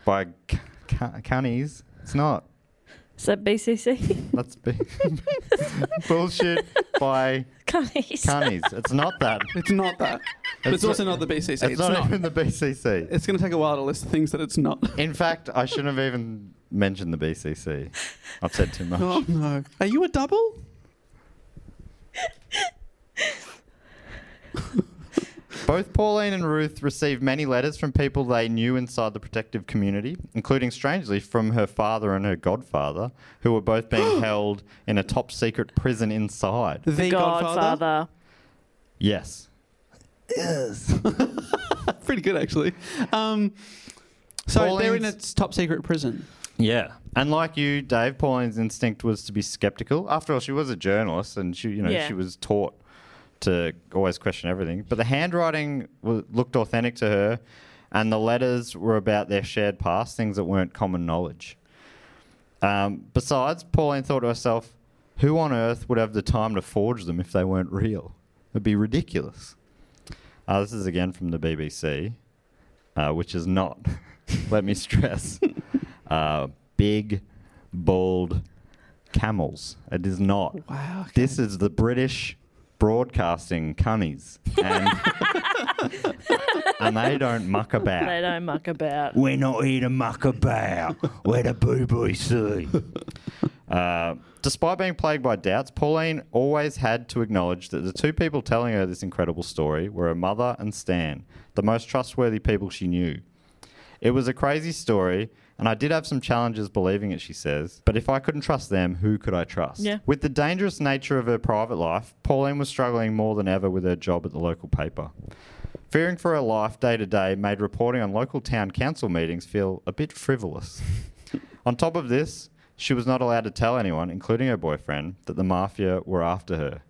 S1: by c- c- cunnies. It's not.
S2: Is that BCC?
S1: That's be- bullshit by
S2: Cunnies.
S1: cunnies. It's not that.
S3: It's not that. But it's also not the BCC.
S1: It's,
S3: It's
S1: not,
S3: not.
S1: even the BCC.
S3: It's going to take a while to list the things that it's not.
S1: In fact, I shouldn't have even mentioned the BCC. I've said too much.
S3: Oh no! Are you a double?
S1: Both Pauline and Ruth received many letters from people they knew inside the protective community, including strangely from her father and her godfather, who were both being held in a top secret prison inside.
S3: The
S2: Godfather.
S1: Yes.
S3: Yes. Pretty good actually. Um, so they're in a top secret prison.
S1: Yeah. And like you, Dave, Pauline's instinct was to be skeptical. After all, she was a journalist and she, you know,
S2: Yeah.
S1: she was taught to always question everything. But the handwriting wa- looked authentic to her and the letters were about their shared past, things that weren't common knowledge. Um, besides, Pauline thought to herself, who on earth would have the time to forge them if they weren't real? It'd be ridiculous. Uh, this is again from the BBC, uh, which is not, let me stress, uh, big, bald camels. It is not.
S3: Wow.
S1: This is the British broadcasting cunnies. And, and they don't muck about.
S2: They don't muck about.
S1: We're not here to muck about. We're the BBC. uh, despite being plagued by doubts, Pauline always had to acknowledge that the two people telling her this incredible story were her mother and Stan, the most trustworthy people she knew. It was a crazy story, and I did have some challenges believing it, she says. But if I couldn't trust them, who could I trust?
S2: Yeah.
S1: With the dangerous nature of her private life, Pauline was struggling more than ever with her job at the local paper. Fearing for her life day to day made reporting on local town council meetings feel a bit frivolous. on top of this, she was not allowed to tell anyone, including her boyfriend, that the mafia were after her.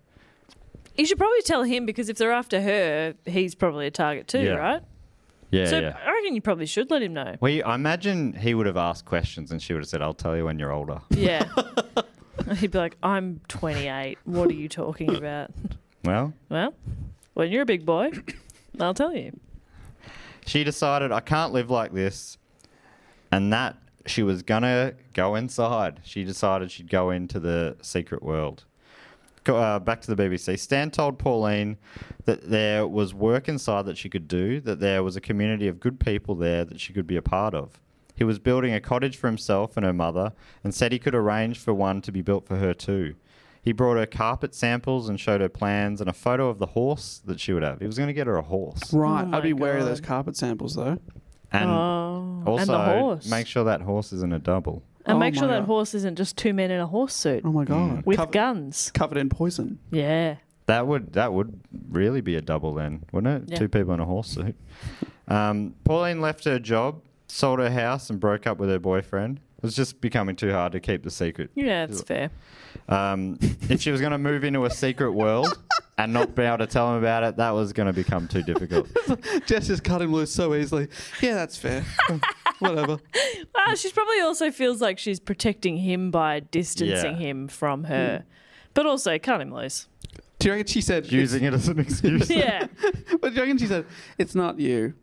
S2: You should probably tell him because if they're after her, he's probably a target too,
S1: Yeah.
S2: right?
S1: Yeah,
S2: so
S1: yeah.
S2: I reckon you probably should let him know.
S1: Well, you- I imagine he would have asked questions and she would have said, I'll tell you when you're older.
S2: Yeah. He'd be like, I'm 28. What are you talking about?
S1: Well,
S2: Well, when you're a big boy, I'll tell you.
S1: she decided I can't live like this, and that she was gonna go inside. She decided she'd go into the secret world. Go, uh, back to the BBC. Stan told Pauline that there was work inside that she could do, that there was a community of good people there that she could be a part of. He was building a cottage for himself and her mother and said he could arrange for one to be built for her too. He brought her carpet samples and showed her plans and a photo of the horse that she would have. He was going to get her a horse.
S3: Right. I'd be wary of those carpet samples though.
S1: And
S2: Oh, and
S1: also,
S2: the horse.
S1: make sure that horse isn't a double.
S2: And
S3: Oh
S2: make sure
S3: my
S2: that
S3: God.
S2: horse isn't just two men in a horse suit
S3: Oh my god.
S2: with
S3: Cover-
S2: guns.
S3: covered in poison.
S2: Yeah.
S1: That would that would really be a double then, wouldn't it?
S2: Yeah.
S1: Two people in a horse suit. Um, Pauline left her job, sold her house, and broke up with her boyfriend. It was just becoming too hard to keep the secret.
S2: Yeah, that's fair.
S1: Um, if she was going to move into a secret world and not be able to tell him about it, that was going to become too difficult.
S3: Jess just cut him loose so easily. Yeah, that's fair. Whatever.
S2: Ah, she probably also feels like she's protecting him by distancing
S1: Yeah.
S2: him from
S3: Mm.
S2: her. But also, cut him loose.
S3: Do you reckon she said?
S1: Using it as an excuse.
S2: Yeah.
S3: But do you reckon she said? It's not you.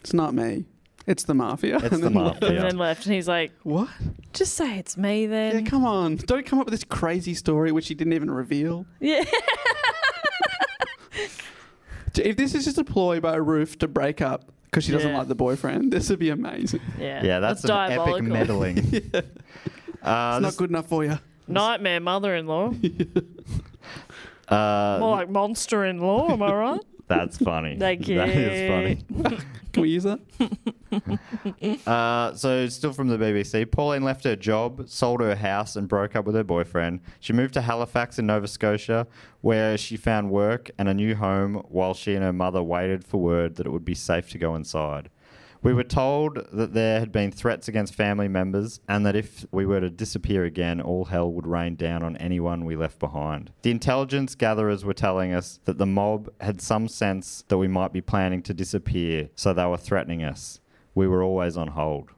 S3: It's not me. It's the mafia.
S1: It's
S3: And
S1: the
S3: then-
S1: mafia.
S2: and then left. And he's like,
S3: What?
S2: just say it's me
S3: Yeah,
S2: then.
S3: come on. Don't come up with this crazy story which he didn't even reveal.
S2: Yeah.
S3: If this is just a ploy by Ruth to break up because she doesn't
S2: Yeah.
S3: like the boyfriend, this would be amazing.
S2: Yeah.
S1: Yeah, that's, some epic meddling. uh,
S3: It's
S1: this-
S3: not good enough for you.
S2: Nightmare mother in law.
S1: uh,
S2: More like monster in law, am I right?
S1: that's funny.
S2: Thank
S1: That is funny.
S3: Can we use that?
S1: Uh, so, still from the BBC, Pauline left her job, sold her house, and broke up with her boyfriend. She moved to Halifax in Nova Scotia, where she found work and a new home while she and her mother waited for word that it would be safe to go inside. We were told that there had been threats against family members and that if we were to disappear again, all hell would rain down on anyone we left behind. The intelligence gatherers were telling us that the mob had some sense that we might be planning to disappear, so they were threatening us. We were always on hold.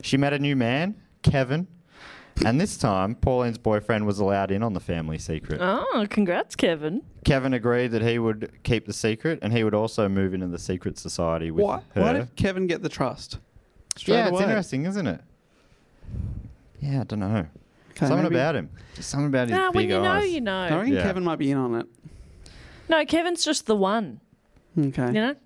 S1: She met a new man, Kevin, and this time Pauline's boyfriend was allowed in on the family secret.
S2: Oh, congrats, Kevin.
S1: Kevin agreed that he would keep the secret and he would also move into the secret society with
S3: Why,
S1: her.
S3: why did Kevin get the trust? Straight
S1: yeah,
S3: away.
S1: it's interesting, isn't it? Yeah, I don't know.
S3: Okay,
S1: something
S3: maybe-
S1: about him. Just something about his
S2: Nah, when
S1: big
S2: you know,
S1: eyes.
S2: you know.
S3: I reckon
S1: Yeah.
S3: Kevin might be in on it.
S2: No, Kevin's just the one.
S3: Okay.
S2: You know?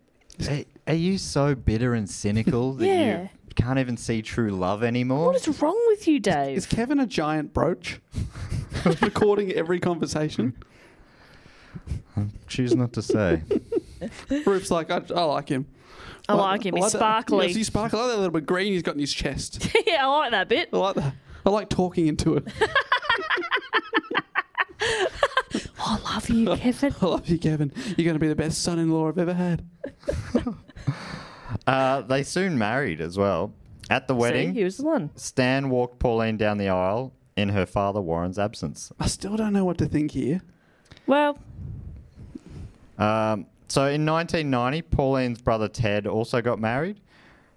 S1: Are, are you so bitter and cynical that
S2: Yeah.
S1: you can't even see true love anymore?
S2: What is wrong with you, Dave?
S3: Is Kevin a giant brooch? Recording every conversation.
S1: Choose not to say.
S3: Roof's like, I, I like him.
S2: I like him. He's
S3: that-
S2: sparkly.
S3: Yes, he's sparkly. I like that little bit green he's got in his chest.
S2: yeah, I like that bit.
S3: I
S1: Oh.
S3: like that. I like talking into it.
S2: I love you, Kevin.
S3: I love you, Kevin. You're going to be the best son-in-law I've ever had.
S1: Uh, they soon married as well. At the wedding,
S2: he was the one.
S1: Stan walked Pauline down the aisle in her father Warren's absence.
S3: I still don't know what to think here.
S2: Well,
S1: Um, so in 1990, Pauline's brother Ted also got married.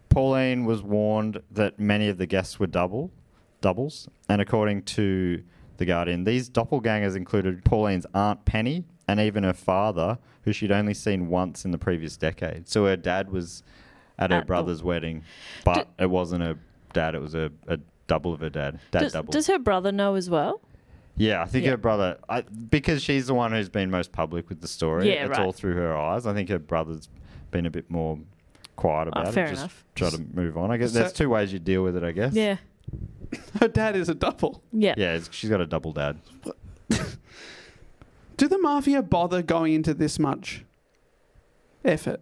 S1: Pauline was warned that many of the guests were double doubles, and according to the Guardian, these doppelgangers included Pauline's aunt Penny and even her father, who she'd only seen once in the previous decade. So her dad was at her
S2: At the-
S1: brother's wedding, but it wasn't her dad; it was a, a double of her dad. Dad
S2: does,
S1: double.
S2: does her brother know as well?
S1: Yeah, I think
S2: Yeah.
S1: her brother, I, because she's the one who's been most public with the story.
S2: Yeah,
S1: it's
S2: right.
S1: all through her eyes. I think her brother's been a bit more quiet about it.
S2: Oh, Ah, fair
S1: just
S2: enough.
S1: Try to move on. I guess
S3: So-
S1: there's two ways you deal with it. I guess.
S2: Yeah.
S3: Her dad is a double.
S2: Yeah.
S1: Yeah, it's, she's got a double dad.
S3: Do the mafia bother going into this much effort?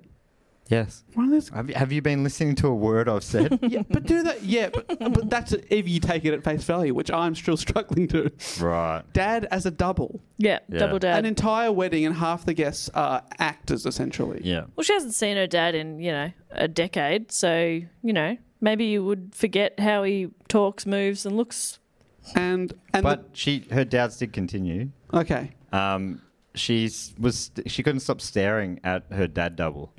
S1: Yes.
S3: One of those,
S1: Have you, have you been listening to a word I've said?
S3: yeah, but do that. Yeah, but, uh, but that's if you take it at face value, which I'm still struggling to.
S1: right.
S3: Dad as a double.
S2: Yeah,
S1: Yeah.
S2: double dad.
S3: An entire wedding and half the guests are actors essentially.
S1: Yeah.
S2: well, she hasn't seen her dad in, you know, a decade. So, you know, maybe you would forget how he talks, moves, and looks.
S3: And and
S1: But she, her doubts did continue.
S3: the, okay.
S1: um, she was she couldn't stop staring at her dad double.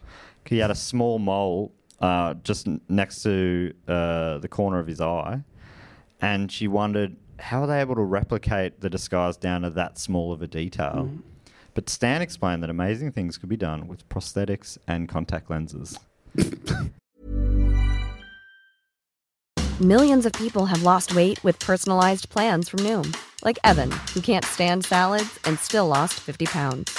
S1: He had a small mole uh, just n- next to uh, the corner of his eye, and she wondered how are they able to replicate the disguise down to that small of a detail. But Stan explained that amazing things could be done with prosthetics and contact lenses.
S5: Millions of people have lost weight with personalized plans from Noom, like Evan, who can't stand salads and still lost 50 pounds.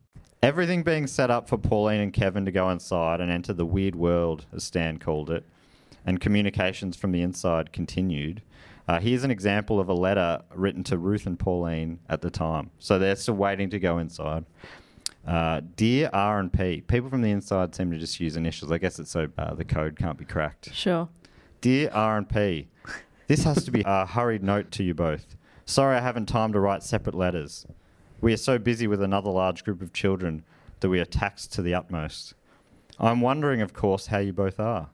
S1: Everything being set up for Pauline and Kevin to go inside and enter the weird world, as Stan called it. and communications from the inside continued. Uh, here's an example of a letter written to Ruth and Pauline at the time. So they're still waiting to go inside. Uh, Dear R and P, people from the inside seem to just use initials. I guess it's so uh, the code can't be cracked.
S2: Sure.
S1: Dear R and P, this has to be a hurried note to you both. Sorry, I haven't time to write separate letters. We are so busy with another large group of children that we are taxed to the utmost. I'm wondering, of course, how you both are.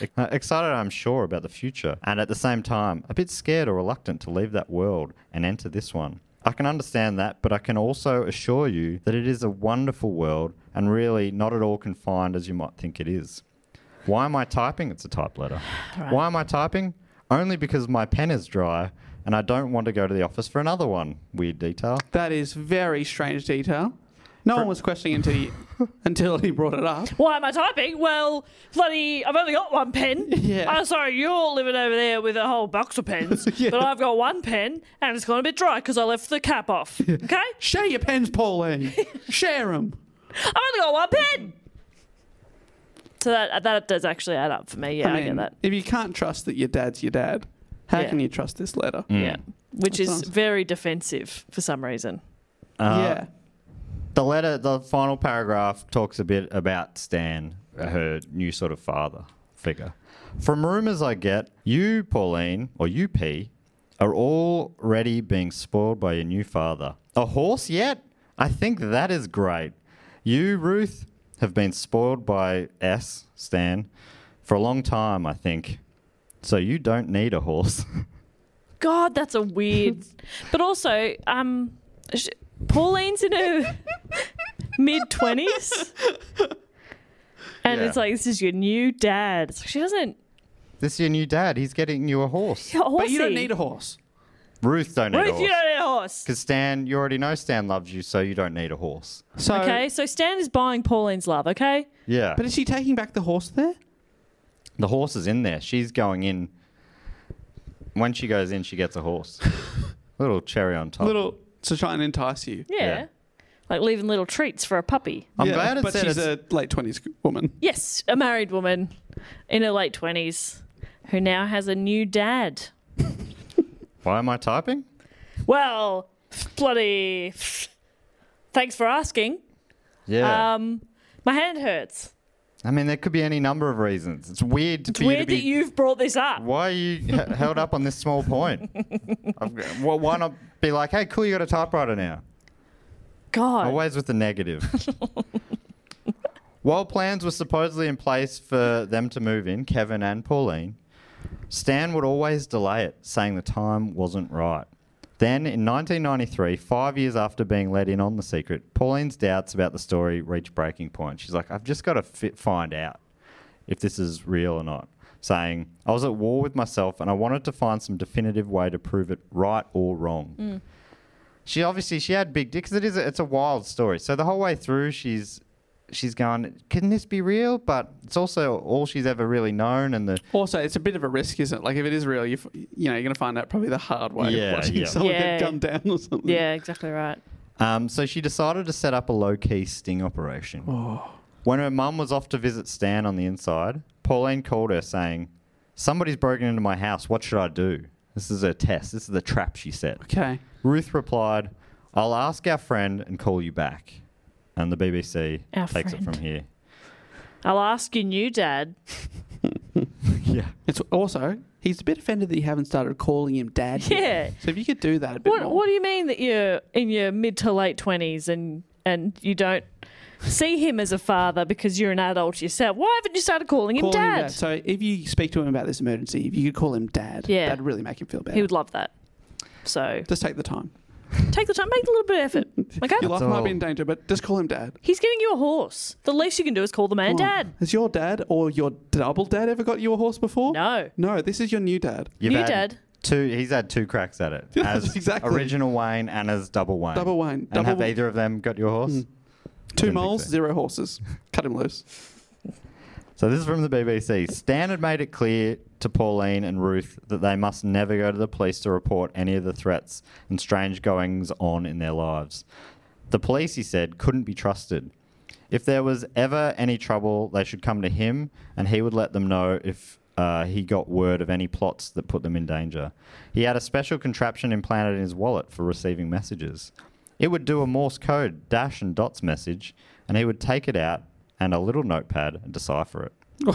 S1: Ex- uh, Excited, I'm sure, about the future, and at the same time, a bit scared or reluctant to leave that world and enter this one. I can understand that, but I can also assure you that it is a wonderful world and really not at all confined as you might think it is. Why am I typing? It's a type letter. Why am I typing? Only because my pen is dry and I don't want to go to the office for another one. Weird detail.
S3: That is very strange detail. No one was questioning until he, until he brought it up.
S2: Why am I typing? Well, bloody, I've only got one pen. Yeah. I'm sorry, you're living over there with a whole box of pens, but I've got one pen and it's gone a bit dry because I left the cap off. Okay?
S3: Share your pens, Pauline. Share them.
S2: I've only got one pen. So that that does actually add up for me. Yeah, I, get that.
S3: If you can't trust that your dad's your dad, how
S2: Yeah.
S3: can you trust this letter?
S2: Yeah. Which is very defensive for some reason.
S1: Uh, The letter, the final paragraph talks a bit about Stan, her new sort of father figure. From rumors I get, you, Pauline, or you, P, are already being spoiled by your new father. A horse yet? I think that is great. You, Ruth, have been spoiled by S, Stan, for a long time, I think. So you don't need a horse.
S2: God, that's a weird. but also, um, sh- Pauline's in her mid twenties, and
S1: Yeah.
S2: it's like this is your new dad. It's like, she doesn't.
S1: this is your new dad. He's getting you a horse.
S2: Yeah, But you don't horsey. need a
S3: horse.
S1: Ruth don't need a
S2: Ruth,
S1: horse.
S2: you don't need a horse.
S1: Because Stan, you already know Stan loves you, so you don't need a horse.
S2: okay, so Stan is buying Pauline's love. Okay,
S1: Yeah.
S3: But is she taking back the horse there?
S1: the horse is in there. She's going in. When she goes in, she gets a horse. little cherry on top.
S3: Little to try and entice you.
S2: yeah. like leaving little treats for a puppy.
S1: I'm glad it
S3: but
S1: said
S3: she's a late twenties woman.
S2: Yes, a married woman in her late twenties who now has a new dad.
S1: Why am I typing?
S2: Well, bloody. Thanks for asking.
S1: Yeah.
S3: Uh,
S2: Um, my hand hurts.
S1: I mean, there could be any number of reasons. It's weird to
S2: It's
S1: for you to
S2: weird
S1: be.
S2: that you've brought this up.
S1: why are you h- held up on this small point? I've, g- well, why not be like, hey, cool, you got a typewriter now?
S2: God.
S1: Always with the negative. While plans were supposedly in place for them to move in, Kevin and Pauline, Stan would always delay it, saying the time wasn't right. Then, in 1993, five years after being let in on the secret, Pauline's doubts about the story reached breaking point. She's like, I've just got to fi- find out if this is real or not. Saying, I was at war with myself and I wanted to find some definitive way to prove it right or wrong she obviously she had big dick because it is a, it's a wild story. So the whole way through, she's she's going, can this be real? But it's also all she's ever really known, and the
S3: Also, it's a bit of a risk, isn't it? Like if it is real, you f- you know you're going to find out probably the hard way.
S1: Yeah,
S3: of watching
S1: yeah.
S3: someone
S2: Yeah.
S3: get gunned down or something.
S2: Yeah, exactly right.
S1: um, so she decided to set up a low key sting operation.
S2: Oh.
S1: When her mum was off to visit Stan on the inside, Pauline called her saying, "Somebody's broken into my house. What should I do?" This is her test. This is the trap she set.
S3: Okay.
S1: Ruth replied, "I'll ask our friend and call you back." And the BBC
S2: Our
S1: takes it
S2: friend.
S1: from here.
S2: I'll ask your new dad.
S3: It's also he's a bit offended that you haven't started calling him dad. yet.
S2: Yeah.
S3: So if you could do that a bit
S2: What
S3: more.
S2: What do you mean that you're in your mid to late twenties and and you don't see him as a father because you're an adult yourself? Why haven't you started calling him
S3: Call him
S2: dad?
S3: dad. So if you speak to him about this emergency, if you could call him dad,
S2: Yeah.
S3: that'd really make him feel better.
S2: He would love that. So
S3: Just take the time.
S2: take the time, make a little bit of effort. Okay.
S3: Your life might be in danger, but just call him dad.
S2: He's getting you a horse. The least you can do is call the man
S3: Come on.
S2: dad.
S3: Has your dad or your double dad ever got you a horse before?
S2: No.
S3: No, this is your new dad.
S1: You've
S2: New
S1: had
S2: dad.
S1: Two. He's had two cracks at it. As
S3: exactly.
S1: Original Wayne and as double Wayne.
S3: Double Wayne,
S1: And
S3: double Hmm.
S1: have
S3: Wayne.
S1: either of them got your horse?
S3: Two moles, zero horses. Cut him loose.
S1: So this is from the BBC. Stan had made it clear to Pauline and Ruth that they must never go to the police to report any of the threats and strange goings on in their lives. The police, he said, couldn't be trusted. If there was ever any trouble, they should come to him, and he would let them know if uh, he got word of any plots that put them in danger. He had a special contraption implanted in his wallet for receiving messages. It would do a Morse code dash and dots message, and he would take it out and a little notepad and decipher it.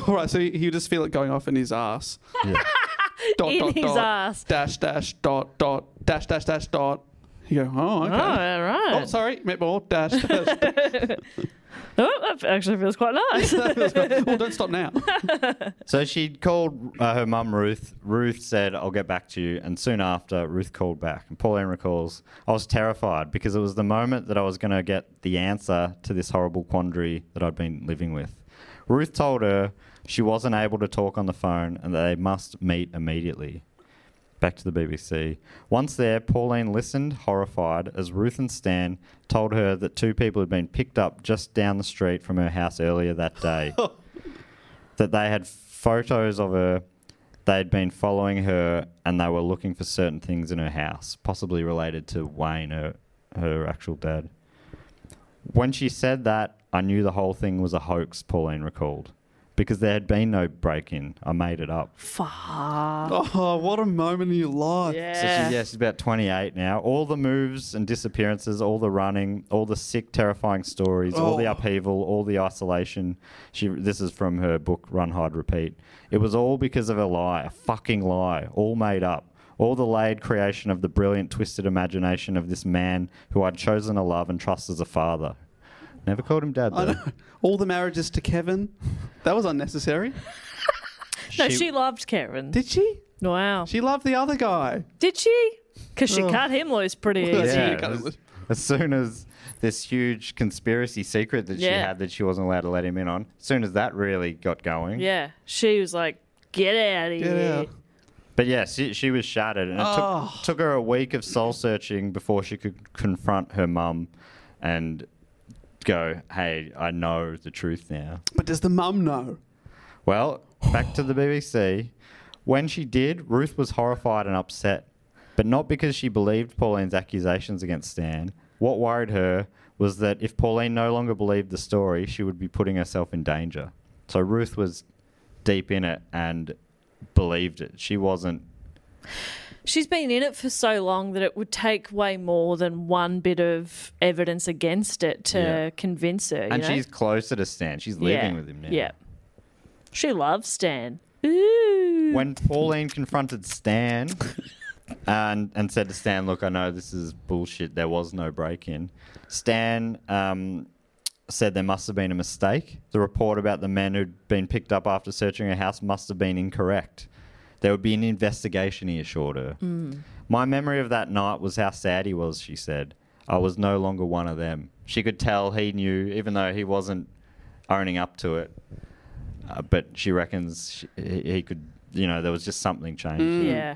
S3: All right, so he he would just feel it going off in his ass. dot,
S2: In
S3: dot,
S2: his
S3: dot,
S2: ass.
S3: Dash dash dot dot dash dash dash dot. You go, oh, okay.
S2: Oh, all right.
S3: Oh, sorry, meant more dash dash.
S2: Oh, that actually feels quite nice.
S3: well, don't stop now.
S1: So she called uh, her mum, Ruth. Ruth said, I'll get back to you. And soon after, Ruth called back. And Pauline recalls, I was terrified because it was the moment that I was going to get the answer to this horrible quandary that I'd been living with. Ruth told her she wasn't able to talk on the phone and that they must meet immediately. Back to the BBC. Once there, Pauline listened, horrified, as Ruth and Stan told her that two people had been picked up just down the street from her house earlier that day. that they had photos of her, they'd been following her, and they were looking for certain things in her house, possibly related to Wayne, her, her actual dad. When she said that, I knew the whole thing was a hoax, Pauline recalled, because there had been no break in. I made it up.
S3: Oh, what a moment in your life.
S1: So she's, yeah, she's about 28 now. All the moves and disappearances, all the running, all the sick, terrifying stories, all the
S3: Oh.
S1: upheaval, all the isolation. She. This is from her book, Run, Hide, Repeat. It was all because of a lie, a fucking lie, all made up. All the laid creation of the brilliant, twisted imagination of this man who I'd chosen to love and trust as a father. Never called him dad, though.
S3: All the marriages to Kevin. That was unnecessary.
S2: no, she loved Karen. Did
S3: she?
S2: Wow.
S3: She loved the other guy.
S2: Did she? Because she
S3: Oh.
S2: cut him loose pretty easy.
S1: as, as soon as this huge conspiracy secret that she
S2: Yeah.
S1: had that she wasn't allowed to let him in on, as soon as that really got going.
S2: Yeah. She was like, get out of here.
S1: But yeah, she, she was shattered, and it
S2: Oh.
S1: took, took her a week of soul searching before she could confront her mum and go, "Hey, I know the truth now."
S3: But does the mum know?
S1: Well, back to the BBC. When she did, Ruth was horrified and upset, but not because she believed Pauline's accusations against Stan. What worried her was that if Pauline no longer believed the story, she would be putting herself in danger. So Ruth was deep in it and believed it. She wasn't.
S2: She's been in it for so long that it would take way more than one bit of evidence against it to
S1: Yeah.
S2: convince her. you
S1: and
S2: know?
S1: she's closer to Stan. She's living
S2: Yeah.
S1: with him now.
S2: Yeah. She loves Stan. Ooh.
S1: When Pauline confronted Stan and and said to Stan, "Look, I know this is bullshit. There was no break-in." Stan um, said there must have been a mistake. The report about the men who'd been picked up after searching her house must have been incorrect. There would be an investigation, he assured her. My memory of that night was how sad he was, she said. I was no longer one of them. She could tell he knew, even though he wasn't owning up to it. Uh, but she reckons she, he he could, you know, there was just something changed.
S2: Yeah.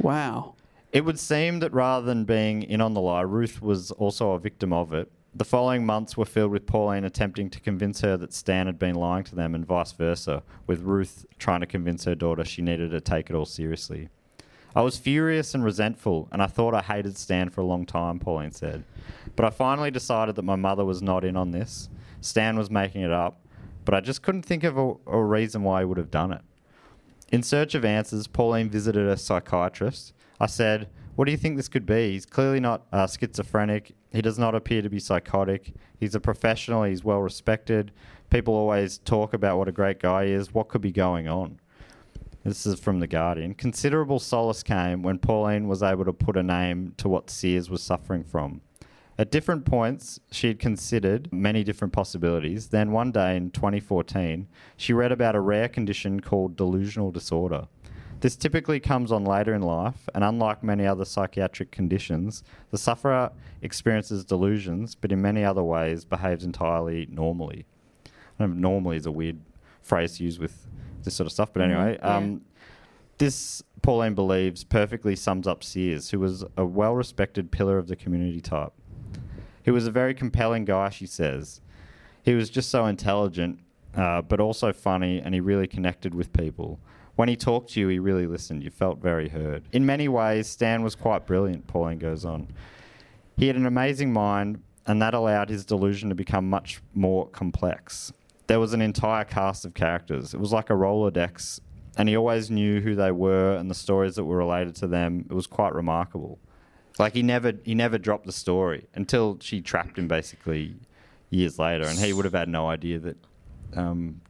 S3: Wow.
S1: It would seem that rather than being in on the lie, Ruth was also a victim of it. The following months were filled with Pauline attempting to convince her that Stan had been lying to them and vice versa, with Ruth trying to convince her daughter she needed to take it all seriously. I was furious and resentful, and I thought I hated Stan for a long time, Pauline said. But I finally decided that my mother was not in on this. Stan was making it up, but I just couldn't think of a, a reason why he would have done it. In search of answers, Pauline visited a psychiatrist. I said, What do you think this could be? He's clearly not uh, schizophrenic. He does not appear to be psychotic. He's a professional. He's well respected. People always talk about what a great guy he is. What could be going on? This is from The Guardian. Considerable solace came when Pauline was able to put a name to what Sears was suffering from. At different points, she had considered many different possibilities. Then one day in 2014, she read about a rare condition called delusional disorder. This typically comes on later in life, and unlike many other psychiatric conditions, the sufferer experiences delusions, but in many other ways behaves entirely normally. I don't know, normally is a weird phrase to use with this sort of stuff, but
S7: Mhm,
S1: anyway,
S7: yeah.
S1: um, this, Pauline believes, perfectly sums up Sears, who was a well respected pillar of the community type. He was a very compelling guy, she says. He was just so intelligent, uh, but also funny, and he really connected with people. When he talked to you, he really listened. You felt very heard. In many ways, Stan was quite brilliant, Pauline goes on. He had an amazing mind, and that allowed his delusion to become much more complex. There was an entire cast of characters. It was like a Rolodex and he always knew who they were and the stories that were related to them. It was quite remarkable. Like he never he never dropped the story until she trapped him basically years later, and he would have had no idea that um,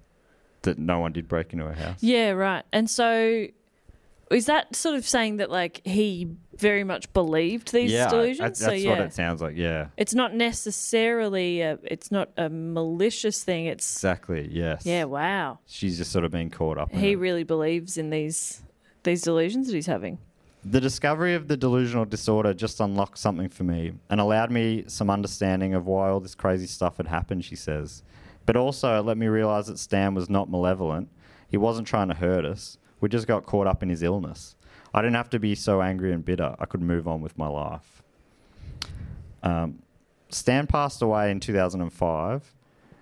S1: that no one did break into her house.
S2: Yeah, right. And so is that sort of saying that like he very much believed these
S1: yeah, I-
S2: delusions?
S1: that's
S2: so yeah.
S1: what it sounds like. Yeah,
S2: It's not necessarily a, it's not a malicious thing. It's
S1: exactly. Yes.
S2: yeah, wow.
S1: She's just sort of been caught up. in
S2: He really believes in these these delusions that he's having.
S1: The discovery of the delusional disorder just unlocked something for me and allowed me some understanding of why all this crazy stuff had happened, she says. But also, it let me realize that Stan was not malevolent. He wasn't trying to hurt us. We just got caught up in his illness. I didn't have to be so angry and bitter. I could move on with my life. Um, Stan passed away in 2005,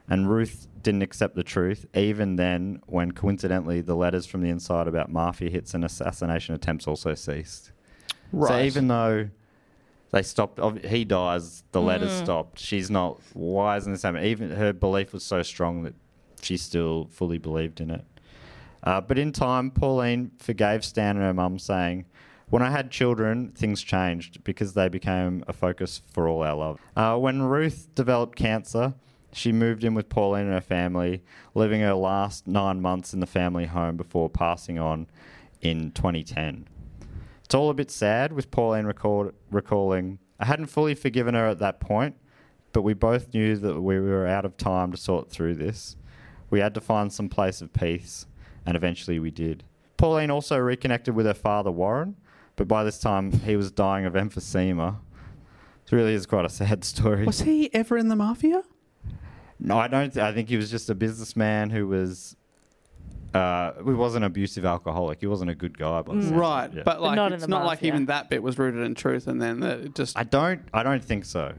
S1: and Ruth didn't accept the truth, even then, when coincidentally the letters from the inside about mafia hits and assassination attempts also ceased. So
S3: Right.
S1: even though they stopped, ob- he dies, the letters
S3: Mm.
S1: stopped. She's not, why isn't this happening? Even her belief was so strong that she still fully believed in it. Uh, but in time, Pauline forgave Stan and her mum, saying, When I had children, things changed because they became a focus for all our love. Uh, when Ruth developed cancer, she moved in with Pauline and her family, living her last nine months in the family home before passing on in 2010. It's all a bit sad, with Pauline recall- recalling, I hadn't fully forgiven her at that point, but we both knew that we were out of time to sort through this. We had to find some place of peace, and eventually we did. Pauline also reconnected with her father, Warren, but by this time he was dying of emphysema. It really is quite a sad story.
S3: Was he ever in the mafia?
S1: No, I don't. I think he was just a businessman who was. Uh, he was an abusive alcoholic. He wasn't a good guy, by the sounds of it,
S3: Right,
S1: yeah.
S3: but like
S2: not in
S3: it's
S2: the
S3: not
S2: mouth,
S3: like
S2: yeah.
S3: even that bit was rooted in truth, and then it just.
S1: I don't. I don't think so.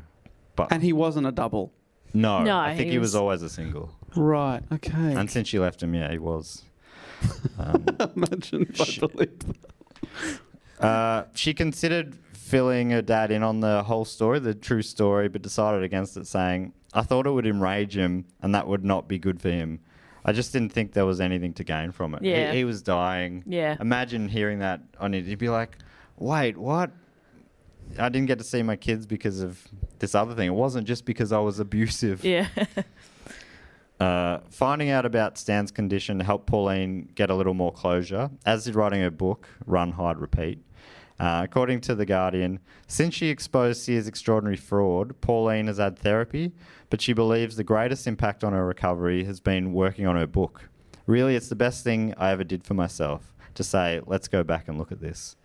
S1: But
S3: and he wasn't a double.
S1: No,
S3: No,
S1: I think
S3: he
S1: he was,
S3: was-
S1: always a single.
S3: Right. Okay.
S1: And since she left him, yeah, he was. Um,
S3: Imagine if I believed that.
S1: Uh, she considered filling her dad in on the whole story, the true story, but decided against it, saying, I thought it would enrage him and that would not be good for him. I just didn't think there was anything to gain from it. He-
S2: Yeah.
S1: He, was dying.
S2: Yeah.
S1: Imagine hearing that on it. You'd be like, wait, what? I didn't get to see my kids because of this other thing. It wasn't just because I was abusive.
S2: Yeah.
S1: Uh, finding out about Stan's condition helped Pauline get a little more closure, as did writing her book, Run, Hide, Repeat. Uh, according to The Guardian, since she exposed Sears' extraordinary fraud, Pauline has had therapy, but she believes the greatest impact on her recovery has been working on her book. Really, it's the best thing I ever did for myself to say, let's go back and look at this.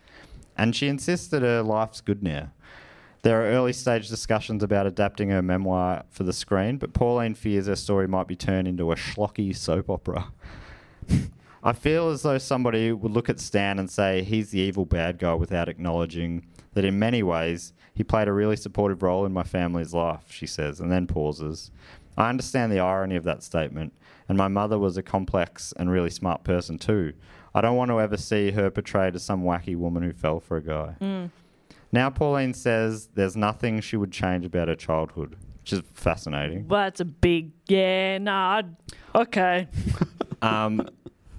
S1: And she insists that her life's good now. There are early stage discussions about adapting her memoir for the screen, but Pauline fears her story might be turned into a schlocky soap opera. I feel as though somebody would look at Stan and say he's the evil bad guy without acknowledging that in many ways he played a really supportive role in my family's life, she says, and then pauses. I understand the irony of that statement, and my mother was a complex and really smart person too. I don't want to ever see her portrayed as some wacky woman who fell for a guy.
S2: Mm.
S1: Now Pauline says there's nothing she would change about her childhood, which is fascinating.
S2: Well, that's a big yeah. Nah. I'd- Okay.
S1: Um,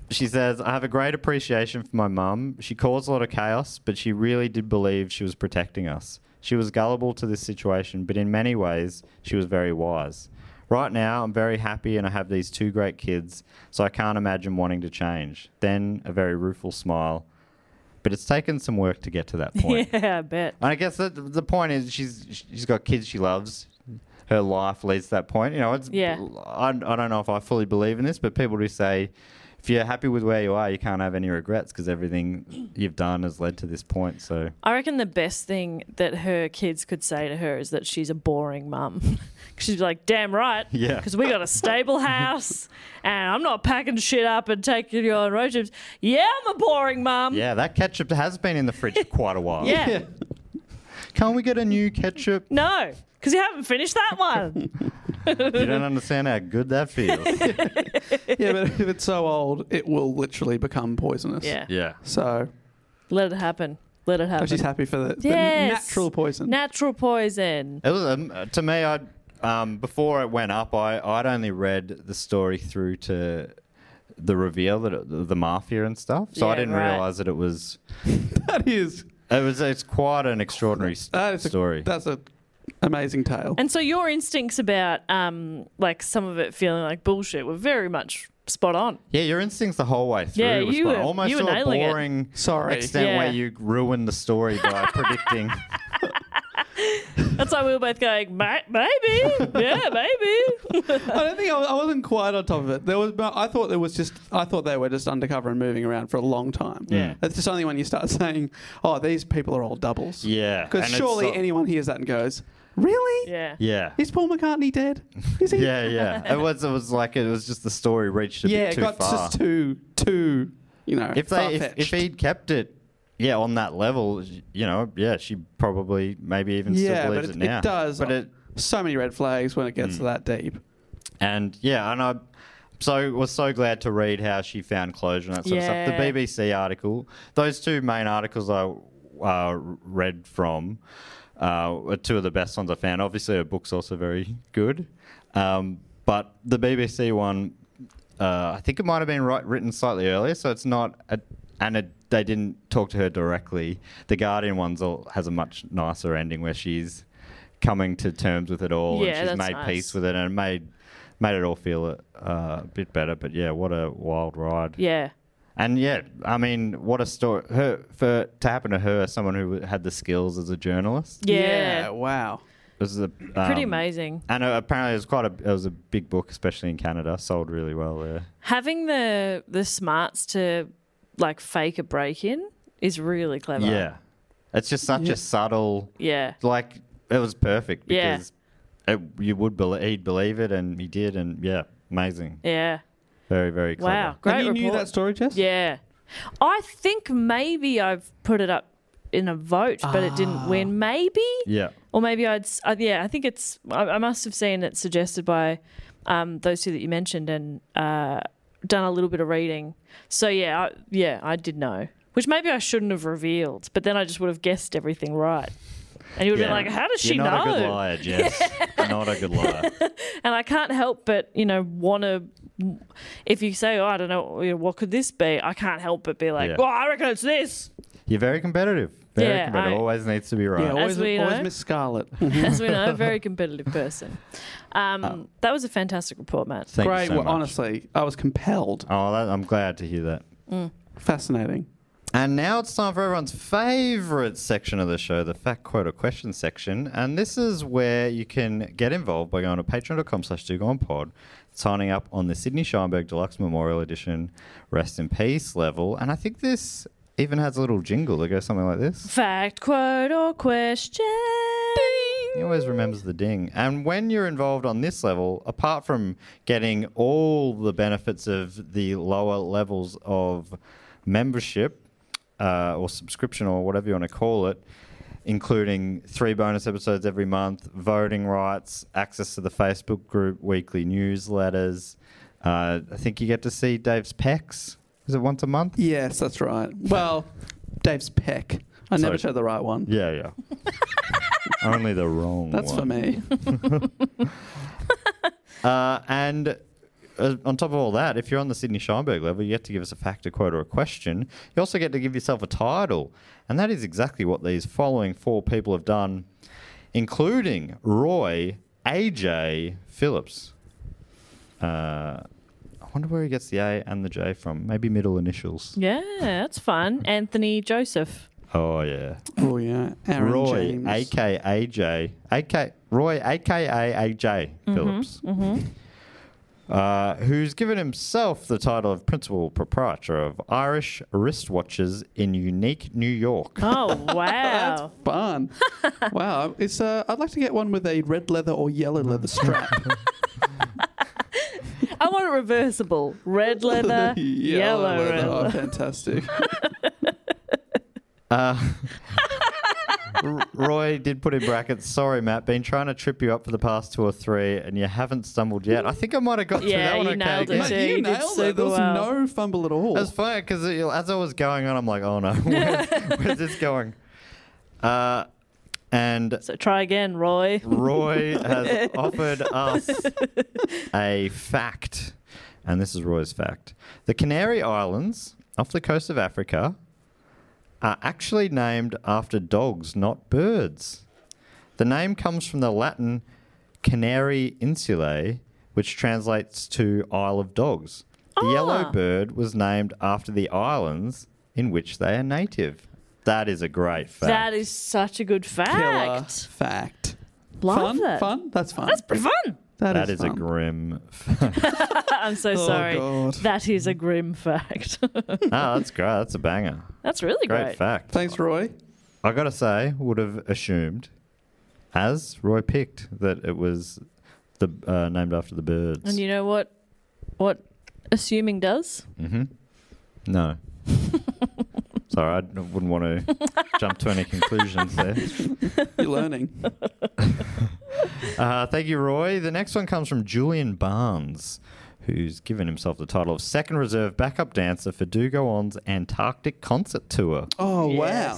S1: she says, I have a great appreciation for my mum. She caused a lot of chaos, but she really did believe she was protecting us. She was gullible to this situation, but in many ways, she was very wise. Right now, I'm very happy and I have these two great kids, so I can't imagine wanting to change. Then a very rueful smile. But it's taken some work to get to that point.
S2: Yeah, I bet.
S1: And I guess that the point is she's she's got kids she loves. Her life leads to that point. You know, it's
S2: Yeah.
S1: I, I don't know if I fully believe in this, but people do say if you're happy with where you are, you can't have any regrets because everything you've done has led to this point. So
S2: I reckon the best thing that her kids could say to her is that she's a boring mum. She's like, damn right.
S1: Yeah.
S2: Because we got a stable house and I'm not packing shit up and taking you on road trips. Yeah, I'm a boring mum.
S1: yeah, that ketchup has been in the fridge for quite a while.
S2: Yeah. Yeah.
S1: Can't we get a new ketchup?
S2: No, because you haven't finished that one.
S1: You don't understand how good that feels.
S3: yeah, but if it's so old, it will literally become poisonous.
S2: Yeah.
S1: Yeah.
S3: So oh,
S2: Let it happen. Let it happen.
S3: she's happy for the, the
S2: Yes.
S3: natural poison.
S2: Natural poison.
S1: It was um, uh, to me. I um, before it went up, I I'd only read the story through to the reveal that it, the mafia and stuff. So I
S3: Yeah,
S1: didn't
S3: right.
S1: realize that it was.
S3: that is.
S1: It was. It's quite an extraordinary s-
S3: That is a-
S1: story.
S3: that's an amazing tale.
S2: And so your instincts about um, like some of it feeling like bullshit were very much spot on.
S1: Yeah, your instincts the whole way through.
S2: Yeah,
S1: was
S2: you
S1: fine.
S2: were-
S1: almost
S2: you were
S1: to a
S2: nailing it.
S1: boring
S3: Sorry.
S1: extent
S2: Yeah.
S1: where you ruined the story by predicting.
S2: That's why we were both going, "Ma- maybe, yeah, maybe.
S3: I don't think I, was, I wasn't quite on top of it. There was, but I thought there was just I thought they were just undercover and moving around for a long time.
S1: Yeah.
S3: that's just only when you start saying, "Oh, these people are all doubles."
S1: Yeah,
S3: because
S1: and it's
S3: surely
S1: so-
S3: anyone hears that and goes, "Really?
S2: Yeah,
S1: Yeah.
S3: Is Paul McCartney dead?"
S1: yeah, yeah. It was. It was like it was just the story reached a
S3: yeah,
S1: bit
S3: it
S1: too
S3: got
S1: far.
S3: just too too. You know,
S1: if they if, if
S3: far-fetched.
S1: he'd kept it, yeah, on that level, you know, yeah, she probably maybe even
S3: yeah,
S1: still
S3: but
S1: believes it,
S3: it,
S1: Hmm. now.
S3: it does. But it so many red flags when it gets to that deep.
S1: And yeah, and I so was so glad to read how she found closure and that sort of stuff. The
S2: Yeah.
S1: BBC article, those two main articles I uh, read from uh, were two of the best ones I found. Obviously, her book's also very good, um, but the BBC one, uh, I think it might have been wri- written slightly earlier, so it's not a, and it, they didn't talk to her directly. The Guardian one's all, has a much nicer ending where she's coming to terms with it all
S2: Yeah,
S1: and she's
S2: that's
S1: made
S2: nice.
S1: peace with it and it made made it all feel a, a bit better. But yeah, what a wild ride.
S2: yeah,
S1: And yeah, I mean, what a story her for to happen to her, someone who had the skills as a journalist.
S2: Yeah. Yeah,
S3: wow.
S1: This is a,
S2: pretty
S1: um,
S2: amazing.
S1: And uh, apparently, it was quite a it was a big book, especially in Canada. Sold really well there.
S2: Having the the smarts to like fake a break in is really clever.
S1: Yeah, it's just such
S2: Yeah.
S1: a subtle.
S2: yeah,
S1: Like it was perfect
S2: Yeah.
S1: because it, you would believe he'd believe it, and he did, and yeah, amazing,
S2: yeah.
S1: very very clever.
S2: Wow, great.
S3: And you knew
S2: report.
S3: that story, Jess?
S2: Yeah, I think maybe I've put it up in a vote, but it didn't win. Maybe.
S1: Yeah.
S2: Or maybe I'd, s- uh, yeah, I think it's, I, I must have seen it suggested by um, those two that you mentioned and uh, done a little bit of reading. So yeah, I, yeah, I did know, which maybe I shouldn't have revealed, but then I just would have guessed everything right. And you would
S1: Yeah.
S2: have been like, how does
S1: You're
S2: she
S1: not
S2: know?
S1: a good liar, Jess. not a good liar.
S2: And I can't help but, you know, want to. If you say, "Oh, I don't know, you know, what could this be?" I can't help but be like,
S1: Yeah.
S2: "Well, I reckon it's this."
S1: You're very competitive. Very
S2: Yeah,
S1: competitive.
S2: I-
S1: Always needs to be right.
S3: Yeah, always,
S2: As we
S3: always
S2: know.
S3: Miss Scarlet.
S2: As we know, a very competitive person. Um, that was a fantastic report, Matt.
S1: Thank
S3: Great.
S1: you so
S3: well,
S1: much.
S3: honestly, I was compelled.
S1: Oh, that, I'm glad to hear that.
S2: Mm.
S3: Fascinating.
S1: And now it's time for everyone's favourite section of the show, the fact, quote, or question section. And this is where you can get involved by going to patreon.com slash pod, signing up on the Sydney Scheinberg Deluxe Memorial Edition Rest in Peace level. And I think this even has a little jingle that goes something like this.
S2: Fact, quote, or question.
S1: He always remembers the ding. And when you're involved on this level, apart from getting all the benefits of the lower levels of membership uh, or subscription or whatever you want to call it, including three bonus episodes every month, voting rights, access to the Facebook group, weekly newsletters, uh, I think you get to see Dave's pecs. Is it once a month?
S3: Yes, that's right. Well, Dave's peck. I never
S1: Sorry.
S3: show the right one.
S1: Yeah, yeah. Only the wrong
S3: That's for
S1: one.
S3: me.
S1: Uh, and uh, on top of all that, if you're on the Sydney Scheinberg level, you get to give us a fact, a quote, or a question. You also get to give yourself a title. And that is exactly what these following four people have done, including Roy AJ Phillips. Uh, I wonder where he gets the A and the J from. Maybe middle initials.
S2: Yeah, that's fun. Anthony Joseph.
S1: Oh, yeah.
S3: Oh yeah, Aaron
S1: Roy,
S3: James.
S1: aka AJ, AK Roy, aka AJ
S2: Mm-hmm,
S1: Phillips, uh, who's given himself the title of principal proprietor of Irish wristwatches in unique New York.
S2: Oh wow!
S3: Fun. wow. It's. Uh, I'd like to get one with a red leather or
S1: Mm.
S3: yellow leather strap.
S2: I want it reversible. Red leather, yellow
S3: leather.
S2: leather.
S3: Oh, fantastic.
S1: Uh, R- Roy did put in brackets. Sorry, Matt. Been trying to trip you up for the past two or three, and you haven't stumbled yet. I think I might have got through
S2: Yeah,
S1: that one.
S2: you
S1: okay
S2: nailed it
S1: again.
S2: too. Yeah,
S3: you
S2: you did
S3: nailed it.
S2: super
S3: There was
S2: well.
S3: no fumble at all.
S1: That's funny because as I was going on, I'm like, oh no, where's, where's this going? Uh, and
S2: So try again, Roy.
S1: Roy has offered us a fact. and this is Roy's fact. The Canary Islands off the coast of Africa are actually named after dogs, not birds. The name comes from the Latin Canary Insulae, which translates to Isle of Dogs. The
S2: Ah.
S1: yellow bird was named after the islands in which they are native. That is a great fact.
S2: That is such a good
S3: Killer
S2: fact.
S3: fact.
S2: Love
S3: fun,
S2: that.
S3: fun. That's fun.
S2: That's pretty fun.
S1: that is, a
S3: fun.
S1: grim.
S2: I'm so
S1: Oh,
S2: sorry.
S1: God.
S2: That is a grim fact.
S1: ah, that's great. That's a banger.
S2: That's really
S1: great,
S2: great.
S1: fact.
S3: Thanks, Roy.
S1: I gotta say, would have assumed, as Roy picked, that it was the uh, named after the birds.
S2: And you know what? What assuming does?
S1: Mm-hmm. No. Sorry, I wouldn't want to jump to any conclusions there.
S3: You're learning.
S1: Uh, thank you, Roy. The next one comes from Julian Barnes, who's given himself the title of second reserve backup dancer for Do Go On's Antarctic concert tour.
S3: Oh
S1: wow!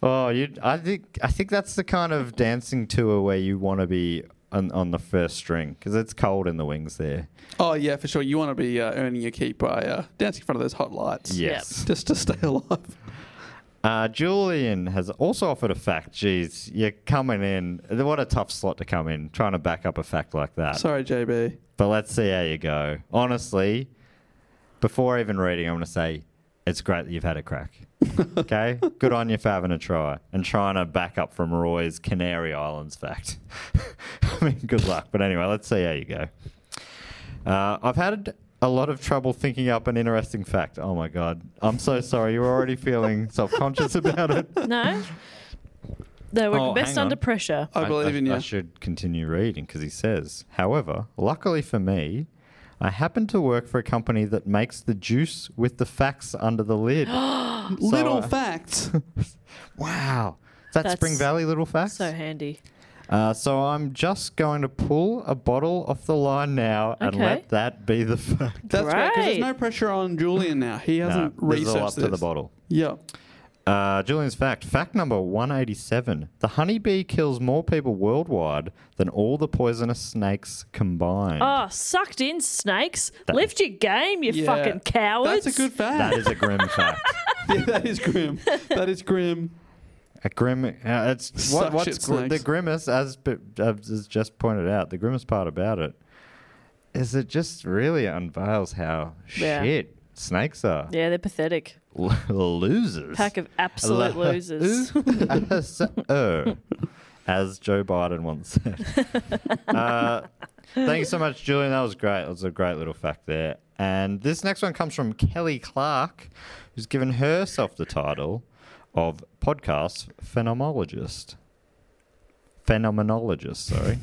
S1: oh, you. I think I think that's the kind of dancing tour where you want to be on, on the first string because it's cold in the wings there.
S3: Oh yeah, for sure. You want to be uh, earning your keep by uh, dancing in front of those hot lights.
S1: Yes. Yep.
S3: Just to stay alive.
S1: Uh, Julian has also offered a fact. Jeez, you're coming in. What a tough slot to come in, trying to back up a fact like that.
S3: Sorry, JB.
S1: But let's see how you go. Honestly, before even reading, I'm going to say it's great that you've had a crack. okay? Good on you for having a try and trying to back up from Roy's Canary Islands fact. I mean, good luck. But anyway, let's see how you go. Uh, I've had a lot of trouble thinking up an interesting fact. Oh my God. I'm so sorry. You're already feeling self conscious about it.
S2: No. They were
S1: Oh,
S2: best
S1: hang on. Oh,
S2: under pressure.
S1: I should continue reading because he says, however, luckily for me, I happen to work for a company that makes the juice with the facts under the lid. So,
S3: Little
S1: uh,
S3: facts.
S1: wow. Is that
S2: That's
S1: Spring Valley little facts?
S2: So handy.
S1: Uh, so I'm just going to pull a bottle off the line now and
S2: Okay.
S1: let that be the fact.
S3: That's right. Because there's
S2: Great.
S3: no pressure on Julian now. He
S1: No,
S3: hasn't
S1: this is
S3: researched
S1: all up to the
S3: this.
S1: bottle.
S3: Yeah.
S1: Uh, Julian's fact. Fact number 187. The honeybee kills more people worldwide than all the poisonous snakes combined.
S2: Oh, sucked in snakes.
S1: That-
S2: Lift your game, you
S1: Yeah.
S2: fucking cowards.
S3: That's a good fact.
S1: That is a grim fact.
S3: yeah, that is grim. That is grim.
S1: A grim. Uh, it's
S3: Suck
S1: what, what's
S3: shit
S1: gr- the
S3: snakes.
S1: grimmest, as b- as is just pointed out, the grimmest part about it is it just really unveils how
S2: Yeah.
S1: shit snakes are.
S2: Yeah, they're pathetic.
S1: losers.
S2: Pack of absolute
S1: Lo-
S2: losers.
S1: as, er, as Joe Biden once said. uh, thank you so much, Julian. That was great. That was a great little fact there. And this next one comes from Kelly Clark, who's given herself the title of podcast phenomenologist. Phenomenologist, sorry.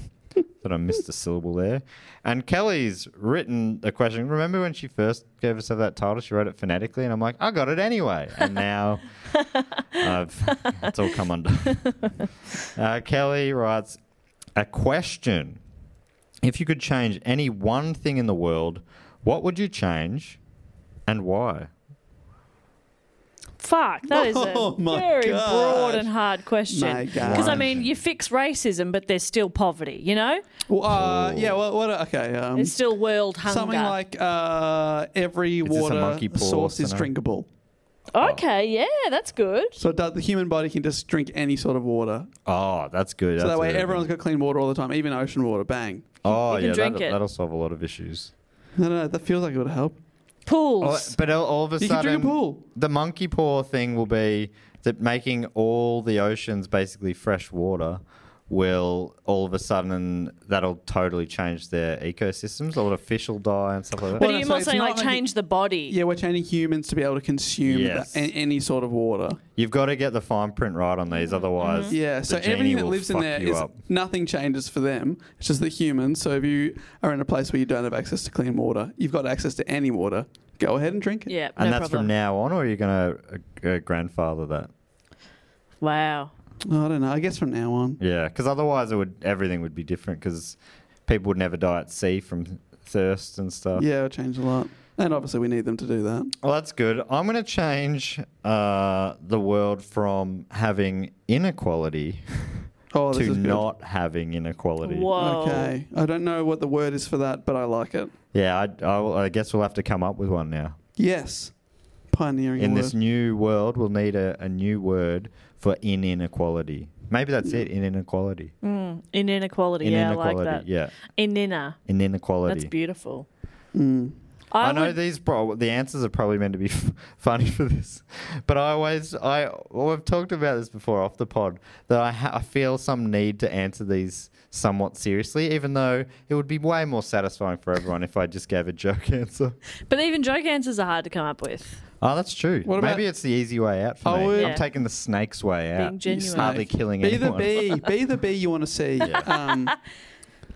S1: That I missed a syllable there. And Kelly's written a question. Remember when she first gave herself that title? She wrote it phonetically, and I'm like, I got it anyway. And now I've, it's all come under. Uh, Kelly writes a question: If you could change any one thing in the world, what would you change, and why?
S2: Fuck, that is a
S1: Oh my
S2: very
S1: gosh.
S2: broad and hard
S3: My
S2: question.
S3: gosh.
S2: Because I mean, you fix racism, but there's still poverty. You know,
S3: Well, uh, yeah. Well, what? Okay. Um,
S2: there's still world hunger.
S3: something like uh, every
S1: this a
S3: water
S1: monkey paw
S3: source is
S1: scenario?
S3: drinkable.
S2: okay, yeah, that's good.
S3: So it does, the human body can just drink any sort of water.
S1: Oh, that's good.
S3: so
S1: That's
S3: that way,
S1: really good.
S3: everyone's got clean water all the time, even ocean water. Bang.
S1: Oh
S2: you can
S1: yeah,
S2: drink
S1: that'll,
S2: it.
S1: that'll solve a lot of issues.
S3: No, no, no, that feels like it would help.
S1: Oh,
S2: Pools.
S1: but all, all of a
S3: You can
S1: sudden,
S3: drink a pool.
S1: the monkey paw thing will be that making all the oceans basically fresh water will all of a sudden that'll totally change their ecosystems. A lot of fish will die and stuff like that.
S2: but
S3: Well,
S2: are you
S3: so
S2: more
S3: it's
S2: saying
S3: not
S2: like
S3: making-
S2: change the body?
S3: Yeah, we're training humans to be able to consume
S1: Yes.
S3: a- any sort of water.
S1: You've got to get the fine print right on
S2: Mm-hmm.
S1: these, otherwise,
S3: Yeah,
S1: the
S3: so
S1: genie
S3: everything that
S1: will
S3: lives in
S1: fuck
S3: there
S1: you
S3: is
S1: up.
S3: nothing changes for them. It's just the humans. So if you are in a place where you don't have access to clean water, you've got access to any water. Go ahead and drink it.
S2: Yeah,
S1: and
S2: no
S1: that's
S2: problem.
S1: from now on, or are you going to uh, uh, grandfather that?
S2: Wow.
S3: Oh, I don't know. I guess from now on.
S1: Yeah, because otherwise it would everything would be different because people would never die at sea from thirst and stuff.
S3: Yeah, it'll change a lot. And obviously, we need them to do that.
S1: Well, that's good. I'm going to change uh, the world from having inequality
S3: Oh, this
S1: to
S3: is good.
S1: not having inequality.
S3: Okay.
S2: Oh.
S3: I don't know what the word is for that, but I like it.
S1: Yeah, I, I will- I guess we'll have to come up with one now.
S3: Yes. Pioneering
S1: In
S3: word.
S1: this new world, we'll need a, a new word for in inequality. Maybe that's it, in inequality.
S2: Mm, in inequality.
S1: In
S2: yeah, I
S1: inequality,
S2: like that.
S1: yeah.
S2: In inner.
S1: In inequality.
S2: That's beautiful.
S3: Mm.
S1: I,
S2: I
S1: know
S2: would-
S1: these pro- the answers are probably meant to be funny for this, but I always I well, we've talked about this before off the pod that I, ha- I feel some need to answer these somewhat seriously, even though it would be way more satisfying for everyone if I just gave a joke answer.
S2: But even joke answers are hard to come up with.
S1: Oh, that's true.
S2: What about-
S1: Maybe it's the easy way out for
S2: I
S1: me.
S2: would-
S1: I'm taking the snake's way out.
S2: Being genuine.
S1: It's Hardly killing
S3: be
S1: anyone.
S3: the bee. be the bee you want to see. Um,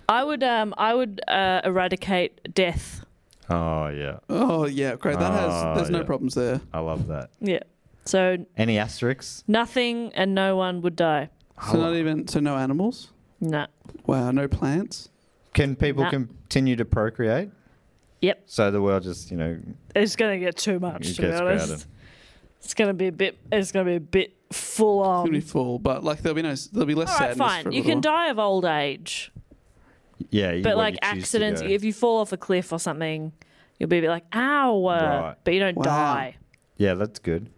S2: I would um I would uh, eradicate death.
S1: Oh yeah.
S3: oh yeah, great. That
S1: Oh,
S3: has. There's no
S1: yeah.
S3: problems there.
S1: I love that.
S2: Yeah. So
S1: Any asterisks?
S2: nothing and no one would die.
S3: So not even. So no animals.
S2: Nah.
S3: Wow. No plants.
S1: Can people
S2: Nah.
S1: continue to procreate?
S2: Yep.
S1: So the world just you know
S2: It's gonna get too much
S1: it
S2: to be
S1: gets
S2: honest.
S1: crowded.
S2: It's gonna be a bit. It's gonna be a bit full
S3: It's
S2: on.
S3: gonna be full, but like there'll be no. There'll be less
S2: Um, All right,
S3: sadness for
S2: fine.
S3: a
S2: You
S3: little
S2: can
S3: while.
S2: die of old age,
S1: Yeah, you-
S2: but
S1: what
S2: like
S1: you choose to
S2: accidents,
S1: go.
S2: if you fall off a cliff or something, you'll be a bit like ow, uh,"
S1: Right.
S2: but you don't
S1: Wow.
S2: die.
S1: Yeah, that's good.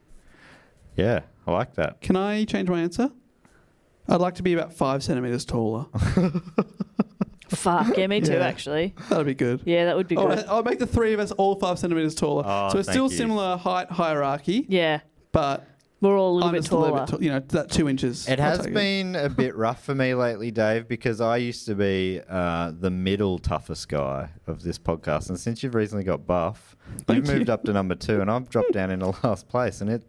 S1: Yeah, I like that.
S3: Can I change my answer? I'd like to be about five centimeters taller.
S2: Fuck yeah, me too.
S3: Yeah.
S2: Actually,
S3: That'd be good.
S2: yeah, that would be
S3: All
S2: good.
S3: right, I'll make the three of us all five centimeters taller.
S1: Oh,
S3: so it's
S1: thank
S3: still
S1: you.
S3: similar height hierarchy.
S2: Yeah.
S3: But
S2: we're all a little
S3: I'm
S2: bit
S3: just a little
S2: taller.
S3: bit ta- you know, that two inches.
S1: It
S3: I'll
S1: has
S3: take
S1: been a bit rough for me lately, Dave, because I used to be uh, the middle toughest guy of this podcast, and since you've recently got buff,
S3: Thank
S1: you've moved
S3: you.
S1: up to number two, and I've dropped down into last place, and it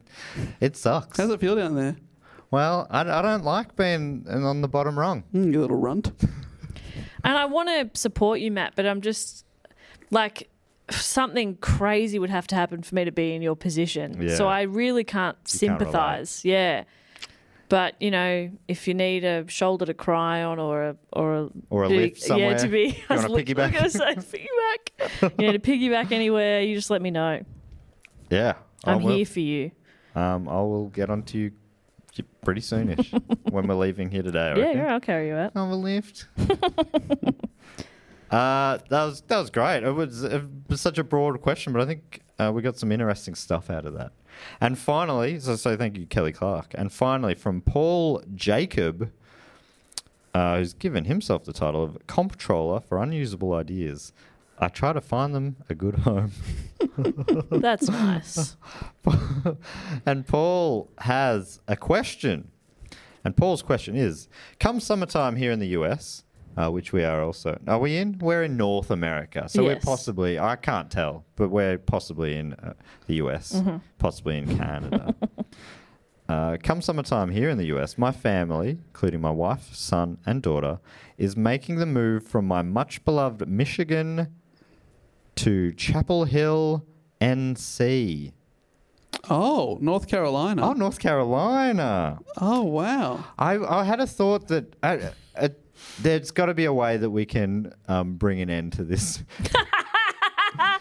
S1: it sucks.
S3: How's it feel down there?
S1: Well, I, I don't like being uh, on the bottom rung.
S3: Mm, you little runt.
S2: And I want to support you, Matt, but I'm just like something crazy would have to happen for me to be in your position.
S1: Yeah.
S2: So I really
S1: can't
S2: can't
S1: relate.
S2: sympathize. yeah. But you know, if you need a shoulder to cry on, or a or a
S1: Or a lift somewhere.
S2: yeah, to be
S1: You want a piggyback?
S2: I was going to say piggyback. you need a piggyback anywhere, you just let me know.
S1: Yeah, I
S2: I'm
S1: will.
S2: here for you.
S1: Um, I will get onto you pretty soonish when we're leaving here today. I
S2: yeah,
S1: reckon.
S2: yeah, I'll carry you out.
S1: I'm a lift. Uh, that was that was great. It was, it was such a broad question, but I think uh, we got some interesting stuff out of that. And finally, so, so thank you, Kelly Clark. And finally, from Paul Jacob, uh, who's given himself the title of Comptroller for Unusable Ideas. I try to find them a good home.
S2: That's nice.
S1: and Paul has a question. And Paul's question is Come summertime here in the US, uh, which we are also, are we in? We're in North America. So we're
S7: Yes.
S1: possibly, I can't tell, but we're possibly in uh, the US,
S7: Mhm.
S1: possibly in Canada. Uh, come summertime here in the US, my family, including my wife, son, and daughter, is making the move from my much beloved Michigan to Chapel Hill, NC.
S3: Oh, North Carolina.
S1: Oh, North Carolina.
S3: Oh, wow.
S1: I, I had a thought that I, I, there's got to be a way that we can um, bring an end to this.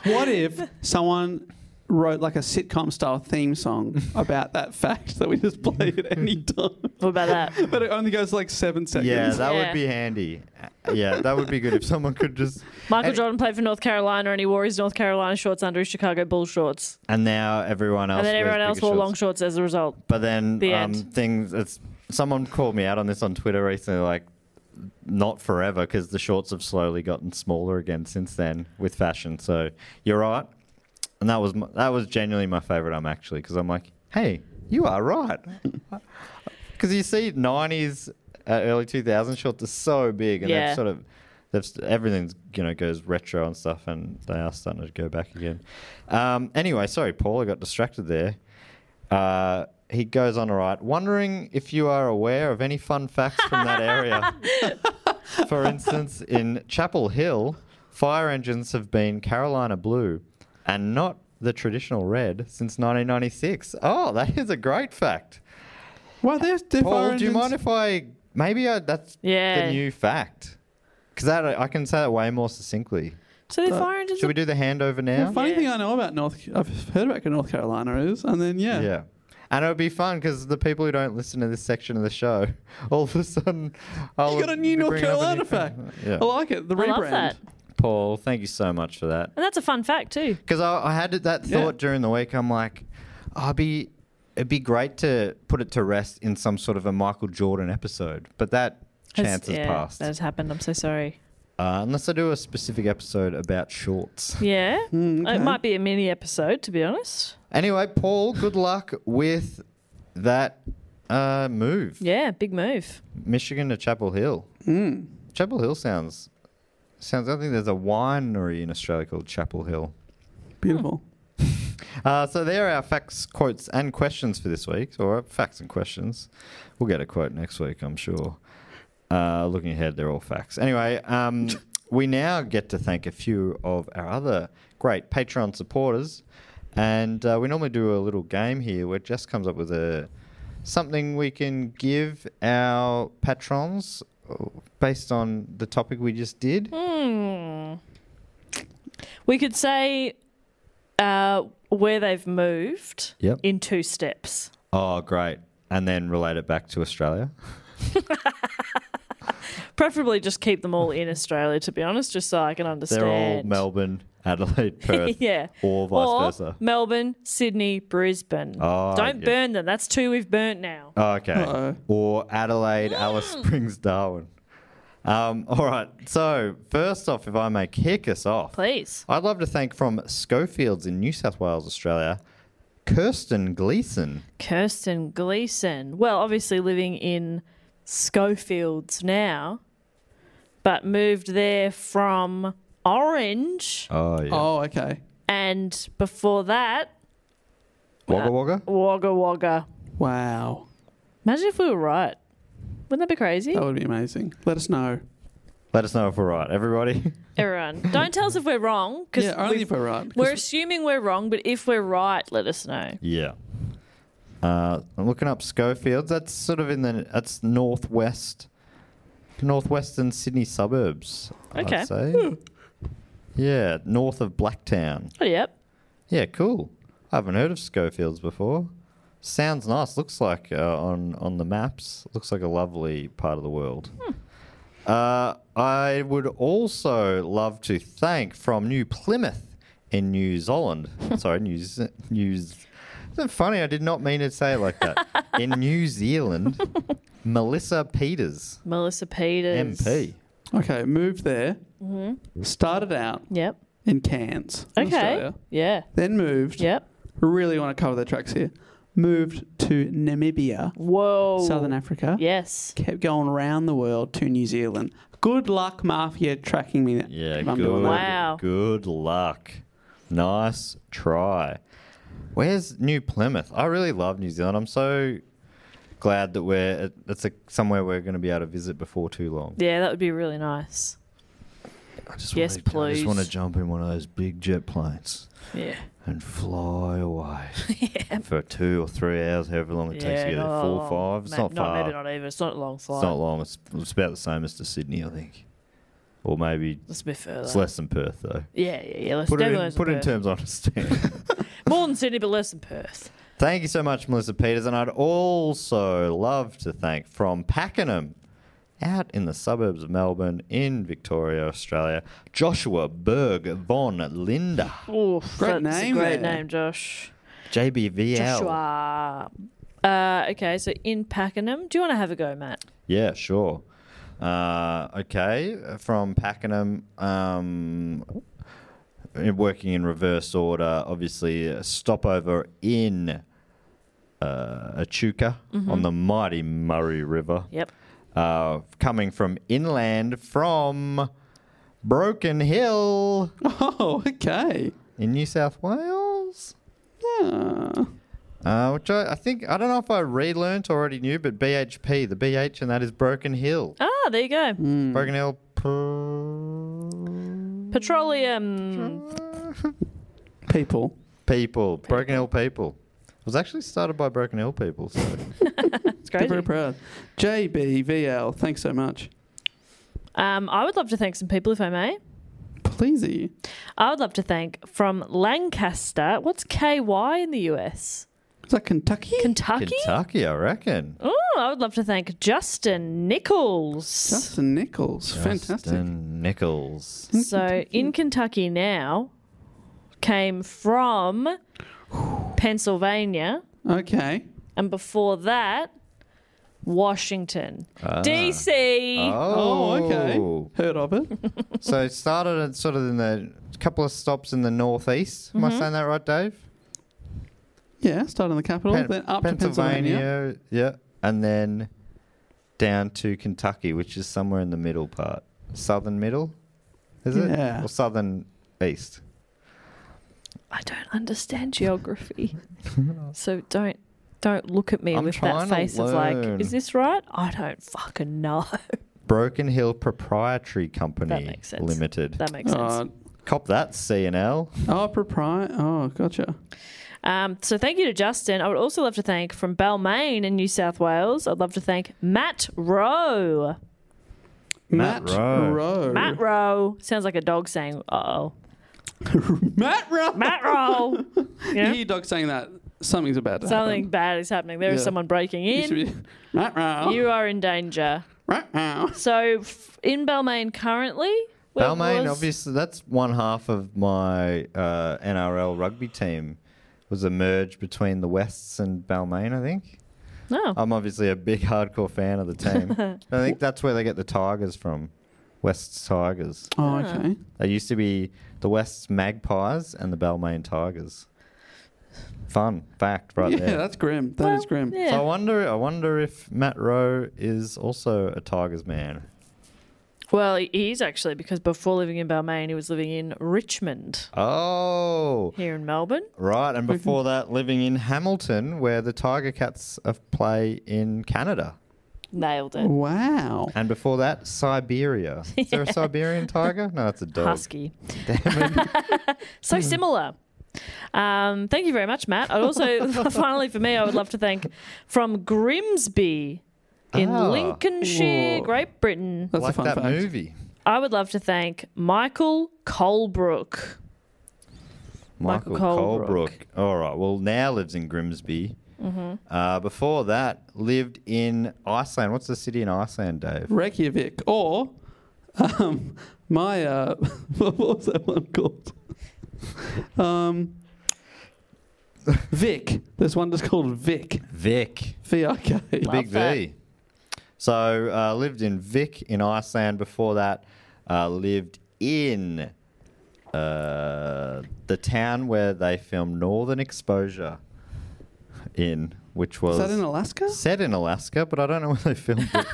S3: what if someone wrote like a sitcom style theme song about that fact that we just play at any time?
S2: What about that?
S3: but it only goes like seven seconds.
S1: yeah, that would be handy. Uh, Yeah, that would be good if someone could just.
S2: Michael
S1: and,
S2: Jordan played for North Carolina, and he wore his North Carolina shorts under his Chicago Bull shorts,
S1: And now everyone else.
S2: and then
S1: wears
S2: everyone else
S1: bigger
S2: wore
S1: shorts.
S2: long shorts as a result.
S1: But then
S2: The
S1: um,
S2: end.
S1: things. It's someone called me out on this on Twitter recently. Like, not forever because the shorts have slowly gotten smaller again since then with fashion. So you're right, and that was my, that was genuinely my favorite. I'm actually because I'm like, hey, you are right. Because you see, '90s, uh, early 2000s shorts are so big, and
S2: Yeah.
S1: they've sort of, they've st- everything's you know goes retro and stuff, and they are starting to go back again. Um, anyway, sorry, Paul, I got distracted there. Uh, he goes on to write, wondering if you are aware of any fun facts from that area. For instance, in Chapel Hill, fire engines have been Carolina blue and not the traditional red since 1996. Oh, that is a great fact.
S3: Well, there's there's
S1: Paul,
S3: fire
S1: do you mind
S3: engines.
S1: if I maybe I, that's
S2: Yeah.
S1: the new fact? Because that I can say that way more succinctly.
S2: So the fire engines.
S1: Should we do the handover
S3: The
S1: now?
S3: funny thing I know about North, I've heard about North Carolina is, and then yeah,
S1: Yeah. And it would be fun because the people who don't listen to this section of the show, all of a sudden, I'll
S3: You got a
S1: be
S3: new North
S1: bringing up a
S3: Carolina
S1: new-
S3: fact.
S1: Yeah.
S3: I like it. The
S2: I
S3: rebrand.
S2: love that.
S1: Paul, thank you so much for that.
S2: And that's a fun fact too.
S1: Because I, I had that
S2: Yeah.
S1: thought during the week. I'm like, I'd be, it'd be great to put it to rest in some sort of a Michael Jordan episode, but that
S2: Has-
S1: chance has
S2: yeah,
S1: passed.
S2: That has happened. I'm so sorry.
S1: Uh, unless I do a specific episode about shorts.
S2: Yeah.
S3: Mm,
S2: It might be a mini episode, to be honest.
S1: Anyway, Paul, good luck with that uh, move.
S2: Yeah, big move.
S1: Michigan to Chapel Hill.
S3: Mm,
S1: Chapel Hill sounds sounds. I think there's a winery in Australia called Chapel Hill.
S3: Beautiful.
S1: Uh, so there are our facts, quotes, and questions for this week, or facts and questions. We'll get a quote next week, I'm sure. Uh, looking ahead, they're all facts. Anyway, um, we now get to thank a few of our other great Patreon supporters, and uh, we normally do a little game here where Jess comes up with a something we can give our patrons uh, based on the topic we just did.
S2: Hmm. We could say uh, where they've moved
S1: Yep.
S2: in two steps.
S1: Oh, great! And then relate it back to Australia.
S2: Preferably just keep them all in Australia, to be honest, just so I can understand.
S1: They're all Melbourne, Adelaide, Perth,
S2: yeah.
S1: or vice versa.
S2: Melbourne, Sydney, Brisbane.
S1: Oh,
S2: Don't
S1: yeah.
S2: burn them. That's two we've burnt now.
S1: Oh, okay. Or Adelaide,
S2: Mm.
S1: Alice Springs, Darwin. Um, all right. So first off, if I may kick us off,
S2: Please.
S1: I'd love to thank from Schofields in New South Wales, Australia, Kirsten Gleeson.
S2: Kirsten Gleeson. Well, obviously living in Schofields now, but moved there from Orange.
S1: Oh yeah.
S3: Oh, okay.
S2: And before that,
S1: Wagga Wagga.
S2: Wagga Wagga.
S3: Wow.
S2: Imagine if we were right. Wouldn't that be crazy?
S3: That would be amazing. Let us know.
S1: Let us know if we're right, everybody.
S2: Everyone, don't tell us if we're wrong. 'cause
S3: Yeah, only
S2: we've-
S3: if we're right, 'cause
S2: We're
S3: we-
S2: assuming we're wrong, but if we're right, let us know.
S1: Yeah. Uh, I'm looking up Schofields. That's sort of in the that's northwest, northwestern Sydney suburbs.
S2: Okay.
S1: I'd say. Yeah, north of Blacktown.
S2: Oh, yep.
S1: Yeah, cool. I haven't heard of Schofields before. Sounds nice. Looks like uh, on on the maps. Looks like a lovely part of the world. Uh, I would also love to thank from New Plymouth in New Zealand. Sorry, New Z- New. Z- Isn't it funny? I did not mean to say it like that. in New Zealand, Melissa Peters,
S2: Melissa Peters.
S1: MP.
S3: Okay, moved there.
S2: hmm
S3: Started out
S2: Yep.
S3: in Cairns, in
S2: Okay.
S3: Australia.
S2: Yeah.
S3: Then moved.
S2: Yep.
S3: Really want to cover their tracks here. Moved to Namibia,
S2: Whoa.
S3: Southern Africa.
S2: Yes.
S3: Kept going around the world to New Zealand. Good luck, Mafia, tracking me.
S1: Yeah,
S3: if I'm
S1: good.
S3: doing that.
S2: Wow.
S1: Good luck. Nice try. Where's New Plymouth? I really love New Zealand. I'm so glad that we're it's a, somewhere we're going to be able to visit before too long.
S2: Yeah, that would be really nice. yes,
S1: I
S2: please.
S1: just want to jump in one of those big jet planes
S2: Yeah.
S1: and fly away for two or three hours, however long it takes to get there.
S2: not
S1: Four,
S2: long.
S1: five. It's
S2: Ma-
S1: not far.
S2: Maybe not even. It's not a long flight.
S1: It's not long. It's, it's about the same as to Sydney, I think, or maybe
S2: It's a bit further.
S1: it's less than Perth though.
S2: Yeah, yeah, yeah. Less,
S1: Put it in,
S2: definitely less
S1: put it
S2: than
S1: in
S2: Perth.
S1: terms I understand.
S2: More than Sydney, but less than Perth.
S1: Thank you so much, Melissa Peters. And I'd also love to thank from Pakenham, out in the suburbs of Melbourne, in Victoria, Australia, Joshua Berg von Linda,
S2: Oof,
S3: Great
S2: that's
S3: name
S2: A great
S3: there.
S2: name, Josh.
S1: JBVL.
S2: Joshua. Uh, okay, so in Pakenham, do you want to have a go, Matt?
S1: Yeah, sure. Uh, okay, from Pakenham, um, working in reverse order, obviously, a stopover in uh, Echuca on the mighty Murray River.
S2: Yep.
S1: Uh, coming from inland from Broken Hill
S3: Oh, okay.
S1: in New South Wales.
S3: Ah.
S1: Uh, which I, I think, I don't know if I relearnt or already knew, but BHP, the BH, and that is Broken Hill.
S2: Ah, there you go.
S3: Mm.
S1: Broken Hill.
S2: Petroleum.
S3: People.
S1: People, Broken Hill people. It was actually started by Broken Hill people. So.
S2: It's
S3: They're
S2: crazy.
S3: very proud. JBVL, thanks so much.
S2: Um, I would love to thank some people, if I may.
S3: Pleasey.
S2: I would love to thank from Lancaster. What's KY in the US?
S3: Is that Kentucky?
S2: Kentucky?
S1: Kentucky, I reckon.
S2: Oh, I would love to thank Justin Nichols.
S3: Justin Nichols. Fantastic.
S1: Justin Nichols.
S2: So in Kentucky now came from Pennsylvania.
S3: Okay.
S2: And before that, Washington.
S1: Ah.
S2: DC.
S1: Uh,
S3: Oh, okay. Heard of it.
S1: so it started at sort of in the couple of stops in the northeast. Am I
S3: Mhm.
S1: saying that right, Dave?
S3: Yeah, start in the capital,
S1: Pen-
S3: then up to Pennsylvania.
S1: Yeah. And then down to Kentucky, which is somewhere in the middle part. Southern middle? Is
S3: Yeah.
S1: it? Or southern east?
S2: I don't understand geography. so don't don't look at me
S1: I'm
S2: with
S1: trying to
S2: that face of like,
S1: learn.
S2: is this right? I don't fucking know.
S1: Broken Hill Proprietary Company
S2: makes sense.
S1: Limited.
S2: That makes sense. Uh,
S1: Cop that C and L.
S3: Oh, propri. Oh, gotcha.
S2: Um, so thank you to Justin. I would also love to thank from Balmain in New South Wales. I'd love to thank Matt Rowe.
S3: Matt,
S1: Rowe.
S3: Rowe.
S2: Matt Rowe sounds like a dog saying "uh oh."
S3: Matt Rowe.
S2: Matt Rowe.
S3: You hear dogs saying that, something's about to
S2: Something bad is happening. There is
S3: Yeah.
S2: someone breaking
S3: happen. You
S2: in.
S3: should be- Matt Rowe.
S2: You are in danger.
S3: Matt Rowe.
S2: So f- in Balmain currently. where
S1: Balmain,
S2: was-
S1: obviously, that's one half of my uh, NRL rugby team. Was a merge between the Wests and Balmain, I think.
S2: No.
S1: I'm obviously a big hardcore fan of the team. I think that's where they get the Tigers from, West's Tigers.
S3: Oh, okay.
S1: They used to be the West's Magpies and the Balmain Tigers. Fun fact, right
S3: yeah,
S1: there.
S3: that's grim. That is grim.
S1: So I wonder, I wonder if Matt Rowe is also a Tigers man.
S2: Well, he is actually because before living in Balmain, he was living in Richmond
S1: Oh,
S2: here in Melbourne.
S1: right. And before that, living in Hamilton, where the Tiger Cats uh, play in Canada.
S2: Nailed it.
S3: Wow.
S1: And before that, Siberia. Is there a Siberian tiger? No, it's a dog.
S2: Husky. so similar. Um, thank you very much, Matt. I'd also, finally for me, I would love to thank from Grimsby in
S1: Ah.
S2: Lincolnshire,
S1: Whoa.
S2: Great Britain.
S1: like that movie.
S2: I would love to thank Michael Colebrook.
S1: Michael,
S2: Michael
S1: Colebrook. All right. Well, now lives in Grimsby.
S2: Mm-hmm.
S1: Uh, before that, lived in Iceland. What's the city in Iceland, Dave?
S3: Reykjavik or um, my uh, what was that one called? um, Vic. There's one just called Vic.
S1: Vic.
S3: V I K.
S1: The Big V. So uh, lived in Vic in Iceland. Before that, uh, lived in uh, the town where they filmed Northern Exposure in, which was
S3: Is that in Alaska?
S1: set in Alaska, but I don't know where they filmed it.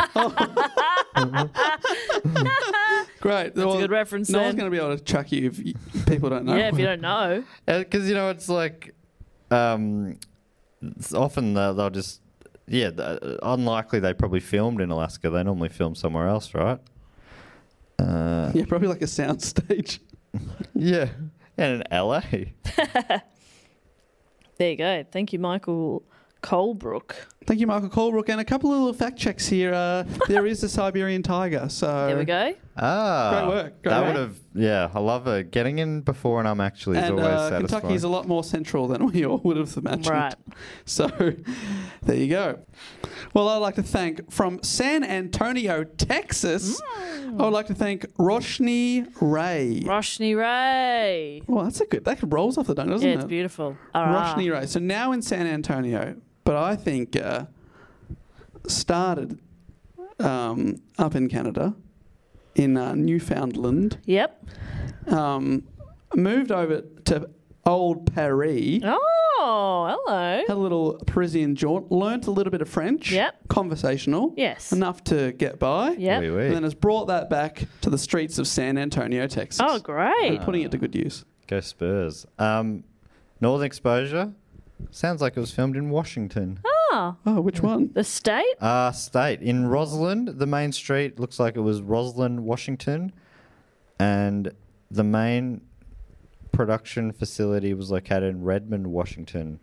S3: Great.
S2: That's a good reference
S3: No one's
S2: then.
S3: going to be able to track you if you, people don't know.
S2: Yeah, if you don't know.
S1: Because Uh, you know, it's like um, it's often the, they'll just yeah. The, unlikely they probably filmed in Alaska. They normally film somewhere else, right? Uh,
S3: Yeah, probably like a soundstage.
S1: yeah, and in LA.
S2: There you go. Thank you, Michael Colebrook.
S3: Thank you, Michael Colebrook. And a couple of little fact checks here. Uh, there is a Siberian tiger. So
S2: There we go.
S1: Ah,
S3: Great work, great
S1: that
S3: work.
S1: would have yeah. I love it. Getting in before and I'm actually is
S3: and
S1: always
S3: uh,
S1: satisfying.
S3: Kentucky is a lot more central than we all would have imagined.
S2: Right.
S3: So there you go. Well, I'd like to thank from San Antonio, Texas.
S2: Mm.
S3: I would like to thank Roshni Ray.
S2: Roshni Ray.
S3: Well, that's a good. That rolls off the tongue, doesn't
S2: yeah,
S3: it?
S2: it's beautiful. All right.
S3: Roshni Ray. So now in San Antonio, but I think uh, started um, up in Canada, in uh, Newfoundland.
S2: Yep.
S3: Um, moved over to Old Paris.
S2: Oh, hello.
S3: Had a little Parisian jaunt. Learnt a little bit of French.
S2: Yep.
S3: Conversational.
S2: Yes.
S3: Enough to get by.
S2: Yep. Oui, oui.
S3: And then has brought that back to the streets of San Antonio, Texas.
S2: Oh, great.
S3: And putting it to good use.
S1: Go Spurs. Um, Northern Exposure sounds like it was filmed in Washington.
S2: Oh,
S3: Oh, which one?
S2: the state?
S1: Uh, state in Rosalind. The main street looks like it was Rosalind, Washington, and the main production facility was located in Redmond, Washington.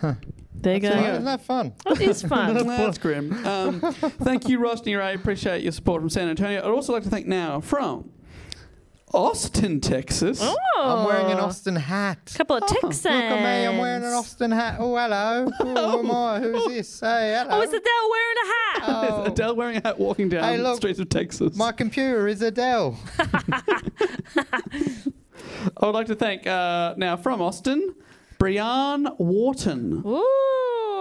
S2: There you
S1: Wow,
S2: go.
S1: Isn't that fun?
S2: That is fun.
S3: That's grim. Um, thank you, Rosny Ray. Appreciate your support from San Antonio. I'd also like to thank now from Austin, Texas.
S1: I'm wearing an Austin hat.
S2: Oh, Couple of
S3: Oh,
S2: Texans.
S1: Look at me, I'm wearing an Austin hat. Oh, hello. Who am I? Who's this? Hey, hello.
S2: Oh, it's Adele wearing a hat.
S3: It's Adele wearing a hat walking down
S1: Hey,
S3: the
S1: look.
S3: streets of Texas.
S1: My computer is Adele.
S3: I would like to thank uh, now from Austin, Brianne Wharton.
S2: Ooh.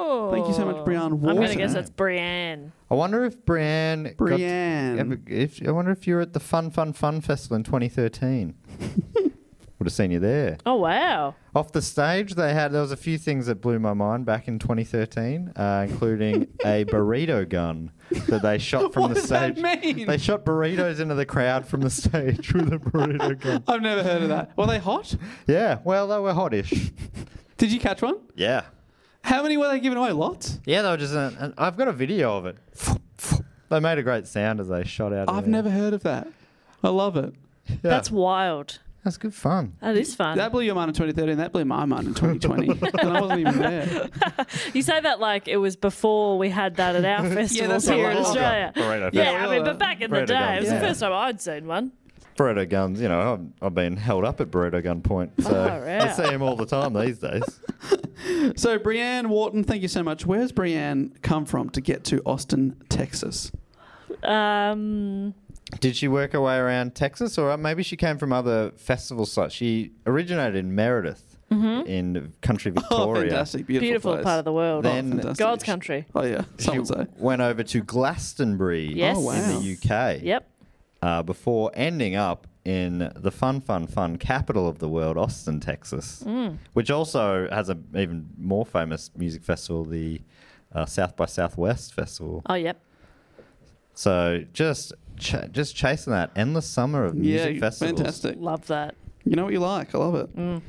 S3: Oh. Thank you so much, Brianne
S2: I'm
S3: Wharton.
S2: going to guess that's Brianne.
S1: I wonder if Brianne. got to-
S3: Brianne.
S1: if, I wonder if you were at the Fun Fun Fun Festival in 2013. Would have seen you there.
S2: Oh, wow.
S1: Off the stage, they had there was a few things that blew my mind back in 2013, uh, including a burrito gun that they shot from the
S3: does that
S1: stage. They shot burritos into the crowd from the stage with a burrito gun.
S3: I've never heard of that. Were they hot?
S1: Yeah, well, they were hottish.
S3: Did you catch one?
S1: Yeah.
S3: How many were they giving away? Lots?
S1: Yeah, they were just. An, an, I've got a video of it. They made a great sound as they shot out. of
S3: I've
S1: there.
S3: never heard of that. I love it.
S2: That's wild.
S1: That's good fun.
S2: That is fun.
S3: That blew your mind in 2013. That blew my mind in 2020. and I wasn't even there.
S2: You say that like it was before we had that at our festivals
S3: that's
S2: here in
S3: right.
S2: Australia.
S1: Burrito
S2: yeah,
S1: festival.
S2: I mean, but back in the
S1: Burrito
S2: day, it
S1: guns,
S2: was the
S1: yeah.
S2: first time I'd seen one.
S1: Burrito guns, you know, I've, I've been held up at burrito gunpoint, so
S3: Oh,
S2: yeah.
S1: I see them all the time these days.
S3: So, Brianne Wharton, thank you so much. Where's Brianne come from to get to Austin, Texas?
S2: Um,
S1: Did she work her way around Texas, or maybe she came from other festival sites? She originated in Meredith,
S2: Mhm.
S1: in country
S3: Mm-hmm. Oh,
S1: Victoria.
S3: fantastic. Beautiful,
S2: beautiful
S3: place. Oh,
S2: part of the world.
S1: Then-
S3: Fantastic.
S2: God's country.
S3: Oh, yeah. Some would say.
S1: Went over to Glastonbury
S2: Yes. Oh,
S1: in the UK.
S2: Yep.
S1: Uh, before ending up in the fun, fun, fun capital of the world, Austin, Texas,
S2: Mm.
S1: which also has an even more famous music festival, the uh, South by Southwest Festival.
S2: Oh, yep.
S1: So just ch- just chasing that endless summer of
S3: Yeah,
S1: music festivals.
S3: fantastic.
S2: Love that.
S3: You know what you like. I love it.
S2: Mm.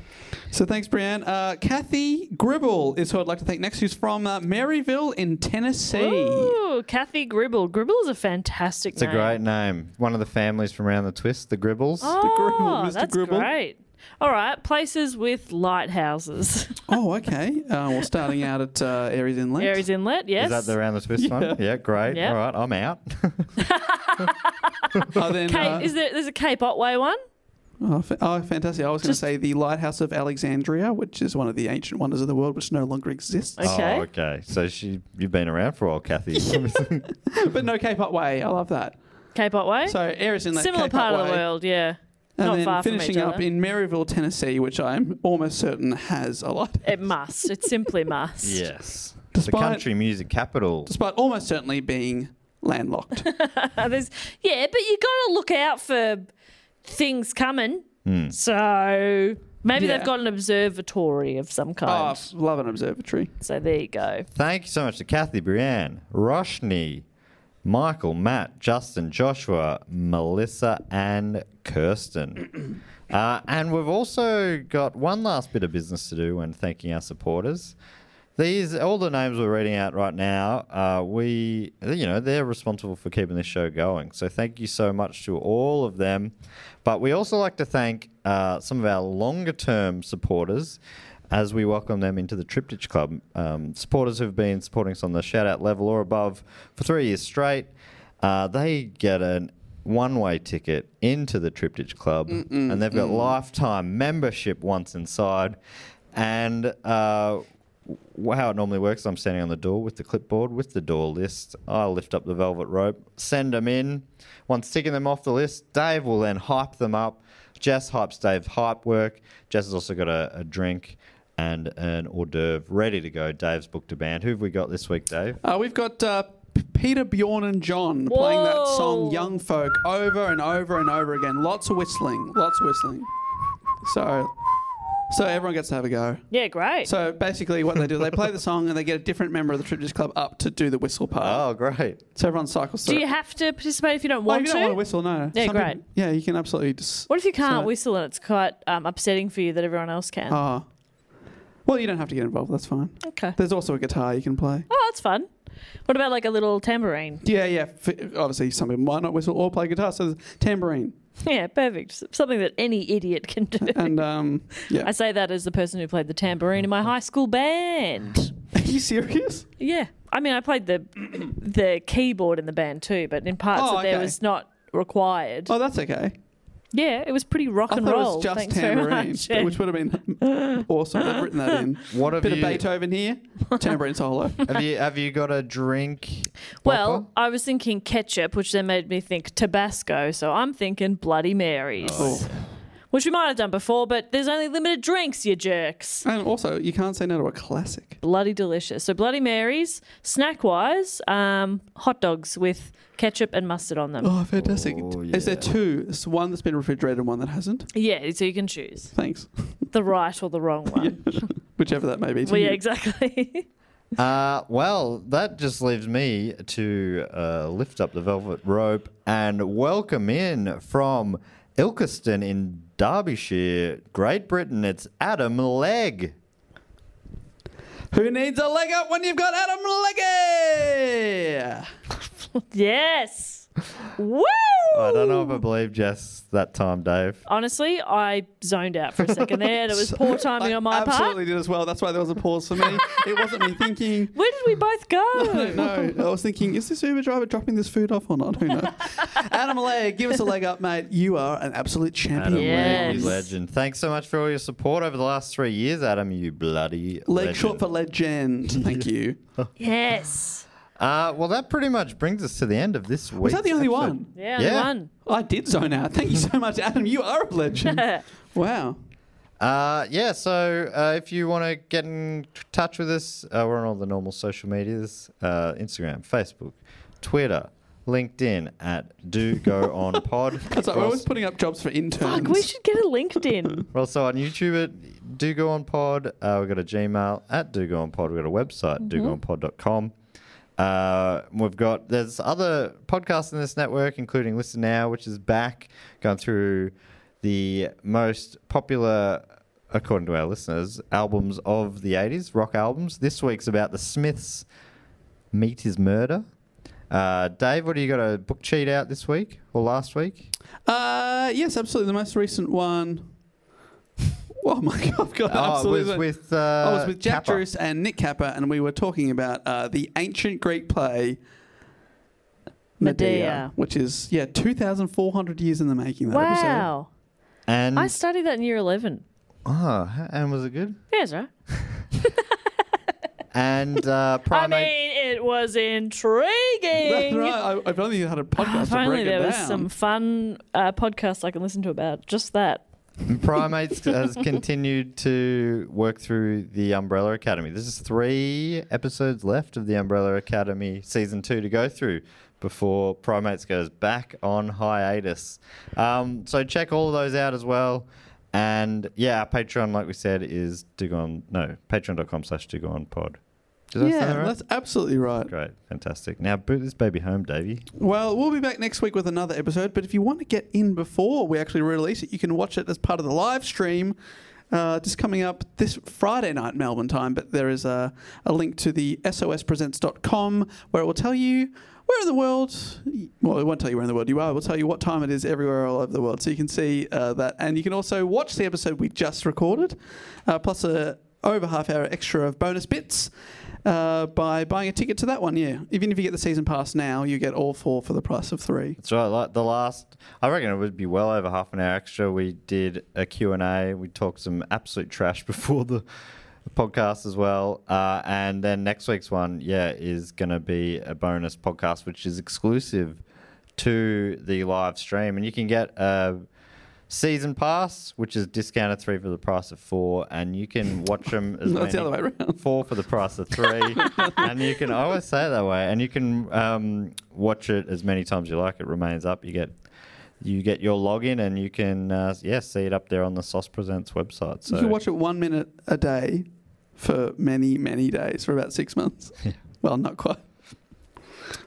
S3: So thanks, Brianne. Uh, Kathy Gribble is who I'd like to thank next, who's from uh, Maryville in Tennessee.
S2: Ooh, Kathy Gribble. Gribble is a fantastic
S1: It's a
S2: name.
S1: great name. One of the families from around the twist, the Gribbles.
S2: Oh,
S3: Mr.
S2: that's
S3: Gribble.
S2: great. All right, places with lighthouses.
S3: Oh, okay. Uh, well, starting out at uh, Aries Inlet.
S2: Aries Inlet, yes.
S1: Is that the around the twist one? Yeah, great.
S2: Yeah.
S1: All right, I'm out.
S3: Oh, then,
S2: Cape,
S3: uh,
S2: is there, there's a Cape Otway one.
S3: oh, fa- oh, fantastic. I was going to say the Lighthouse of Alexandria, which is one of the ancient wonders of the world, which no longer exists.
S1: Oh, okay. So she, you've been around for a while, Kathy.
S3: but no Cape Up Way. I love that.
S2: Cape Otway.
S3: So Aries Inlet,
S2: Similar
S3: Cape
S2: part of
S3: Otway.
S2: the world, yeah.
S3: And
S2: Not
S3: then
S2: far
S3: finishing
S2: from each
S3: up
S2: other.
S3: in Maryville, Tennessee, which I'm almost certain has a lot.
S2: It must. It simply must.
S1: yes.
S3: Despite-
S1: the country music capital.
S3: Despite almost certainly being landlocked.
S2: Uh, There's, yeah, but you got to look out for things coming.
S1: Hmm.
S2: So maybe
S3: Yeah.
S2: they've got an observatory of some kind.
S3: Oh, love an observatory.
S2: So there you go.
S1: Thank you so much to Kathy, Brianne, Roshni, Michael, Matt, Justin, Joshua, Melissa, and Kirsten. uh, and we've also got one last bit of business to do when thanking our supporters. These all the names we're reading out right now. Uh, we, you know, they're responsible for keeping this show going. So thank you so much to all of them. But we also like to thank uh, some of our longer-term supporters as we welcome them into the Triptych Club. Um, supporters who've been supporting us on the shout-out level or above for three years straight, uh, they get an one-way ticket into the Triptych Club, and they've got lifetime membership once inside. And uh, w- how it normally works, I'm standing on the door with the clipboard, with the door list. I'll lift up the velvet rope, send them in. Once ticking them off the list, Dave will then hype them up. Jess hypes Dave's hype work. Jess has also got a, a drink and an hors d'oeuvre ready to go. Dave's booked a band. Who have we got this week, Dave?
S3: Uh, we've got uh, P- Peter Bjorn and John playing that
S2: Whoa.
S3: song "Young Folk" over and over and over again. Lots of whistling, lots of whistling. So, so everyone gets to have a go.
S2: Yeah, great.
S3: So basically, what they do, they play the song and they get a different member of the Tributes Club up to do the whistle part.
S1: Oh, great.
S3: So everyone cycles through.
S2: Do you have to participate if you don't
S3: Oh,
S2: want
S3: if you
S2: to?
S3: don't want to whistle, no.
S2: Yeah,
S3: people-
S2: great.
S3: yeah, you can absolutely just.
S2: What if you can't
S3: So-
S2: whistle and it's quite um, upsetting for you that everyone else can?
S3: Ah. well, you don't have to get involved. That's fine.
S2: Okay.
S3: There's also a guitar you can play.
S2: Oh, that's fun. What about like a little tambourine?
S3: Yeah, yeah. F- Obviously, some people might not whistle or play guitar. So there's tambourine.
S2: Yeah, perfect. S- Something that any idiot can do.
S3: And um, yeah.
S2: I say that as the person who played the tambourine in my high school band.
S3: Are you serious?
S2: Yeah, I mean, I played the the keyboard in the band too, but in parts
S3: Oh,
S2: that there
S3: okay.
S2: was not required.
S3: Oh, that's okay.
S2: Yeah, it was pretty rock
S3: I
S2: and
S3: thought
S2: roll.
S3: it was just
S2: Thanks very
S3: tambourine,
S2: much. Yeah.
S3: which would have been awesome. I've written that in.
S1: What have
S3: Bit
S1: you-
S3: of Beethoven here, tambourine solo.
S1: Have you have you got a drink?
S2: Well, I was thinking ketchup, which then made me think Tabasco. So I'm thinking Bloody Marys,
S3: Oh.
S2: which we might have done before, but there's only limited drinks, you jerks.
S3: And also, you can't say no to a classic.
S2: Bloody delicious. So Bloody Marys, snack wise, um, hot dogs with ketchup and mustard on them.
S3: Oh, fantastic! Is there two? It's one that's been refrigerated and one that hasn't.
S2: Yeah, so you can choose
S3: Thanks,
S2: the right or the wrong one.
S3: whichever that may be. to
S2: well, yeah,
S3: you.
S2: exactly.
S1: Uh, well, that just leaves me to uh, lift up the velvet rope and welcome in from Ilkeston in Derbyshire, Great Britain. It's Adam Legg.
S3: Who needs a leg up when you've got Adam Leggy?
S2: yes. Woo!
S1: I don't know if I believe Jess that time, Dave.
S2: Honestly, I zoned out for a second there, and it was poor timing on my
S3: Absolutely
S2: part.
S3: did as well. That's why there was a pause for me. it wasn't me thinking.
S2: Where did we both go?
S3: No, I was thinking, is this Uber driver dropping this food off or not? Who knows? Adam Legg, give us a leg up, mate. You are an absolute champion.
S1: Adam Legg, you legend. Thanks so much for all your support over the last three years, Adam, you bloody
S3: Leg
S1: legend.
S3: short for legend. Thank you.
S2: Yes.
S1: Uh, well, that pretty much brings us to the end of this week.
S3: Was that the only one?
S2: Yeah, only one.
S3: I did zone out. Thank you so much, Adam. You are a legend. wow.
S1: Uh, yeah, so uh, if you want to get in touch with us, uh, we're on all the normal social medias uh, Instagram, Facebook, Twitter, LinkedIn at Do Go On Pod.
S3: That's like, we're always putting up jobs for interns.
S2: Fuck, we should get a LinkedIn.
S1: We're also on YouTube at Do Go On Pod. Uh, we've got a Gmail at Do Go On Pod. We've got a website,
S2: Mhm.
S1: dogoonpod.com. Uh, we've got, there's other podcasts in this network, including Listen Now, which is back, going through the most popular, according to our listeners, albums of the 80s, rock albums. This week's about the Smiths' Meat is Murder. Uh, Dave, what do you got a book cheat out this week or last week?
S3: Uh, yes, absolutely. The most recent one. Oh my god, I've got
S1: Oh, it
S3: absolutely.
S1: was
S3: the-
S1: with, uh,
S3: I was with Jack
S1: Kappa.
S3: Drews and Nick Kappa, and we were talking about uh, the ancient Greek play Medea,
S2: Medea.
S3: which is yeah, two thousand four hundred years in the making. That episode.
S2: wow.
S1: And
S3: Mm.
S2: I studied that in year 11.
S1: oh, h- and was it good?
S2: Yeah, it's right.
S1: And uh,
S2: I
S1: primate.
S2: mean, it was intriguing.
S3: That's right. I, I've only had a podcast
S2: If
S3: to break
S2: only
S3: it
S2: there was
S3: down.
S2: some fun uh, podcasts I can listen to about just that.
S1: Primates has continued to work through the Umbrella Academy. This is three episodes left of the Umbrella Academy season two to go through before Primates goes back on hiatus. Um, so check all of those out as well. And yeah, our Patreon, like we said, is Dugon. No, patreon.com slash Dugon pod. Did I say
S3: yeah,
S1: that right?
S3: that's absolutely right.
S1: Great, fantastic. Now boot this baby home, Davey.
S3: Well, we'll be back next week with another episode. But if you want to get in before we actually release it, you can watch it as part of the live stream. Uh, just coming up this Friday night, Melbourne time, but there is a, a link to the sospresents.com where it will tell you where in the world, well, it won't tell you where in the world you are, it will tell you what time it is everywhere all over the world. So you can see uh, that. And you can also watch the episode we just recorded, uh, plus a over half hour extra of bonus bits uh, by buying a ticket to that one. Yeah, even if you get the season pass now, you get all four for the price of three.
S1: That's right. Like the last, I reckon it would be well over half an hour extra. We did a Q and A. We talked some absolute trash before the podcast as well. Uh, and then next week's one, yeah, is going to be a bonus podcast, which is exclusive to the live stream, and you can get a season pass, which is discounted three for the price of four, and you can watch them as
S3: That's the
S1: many-
S3: other way around.
S1: Four for the price of three, and you can I always say it that way, and you can um, watch it as many times you like. It remains up. You get you get your login, and you can uh, yeah see it up there on the Sauce Presents website. So
S3: You can watch it one minute a day for many, many days for about six months. Well, not quite.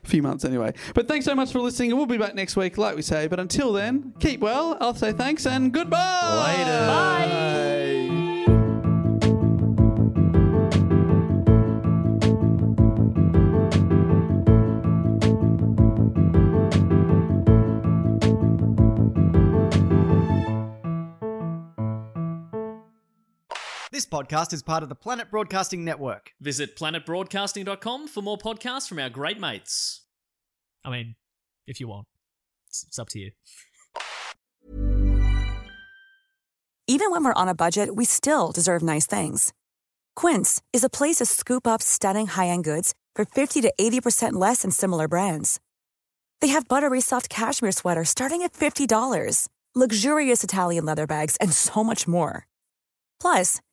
S3: A few months anyway. But thanks so much for listening, and we'll be back next week, like we say. But until then, keep well. I'll say thanks and goodbye. Later. Bye.
S8: This podcast is part of the Planet Broadcasting Network.
S9: Visit planetbroadcasting.com for more podcasts from our great mates.
S7: I mean, if you want, it's, it's up to you. Even when we're on a budget, we still deserve nice things. Quince is a place to scoop up stunning high end goods for 50 to 80% less than similar brands. They have buttery soft cashmere sweaters starting at $50, luxurious Italian leather bags, and so much more. Plus,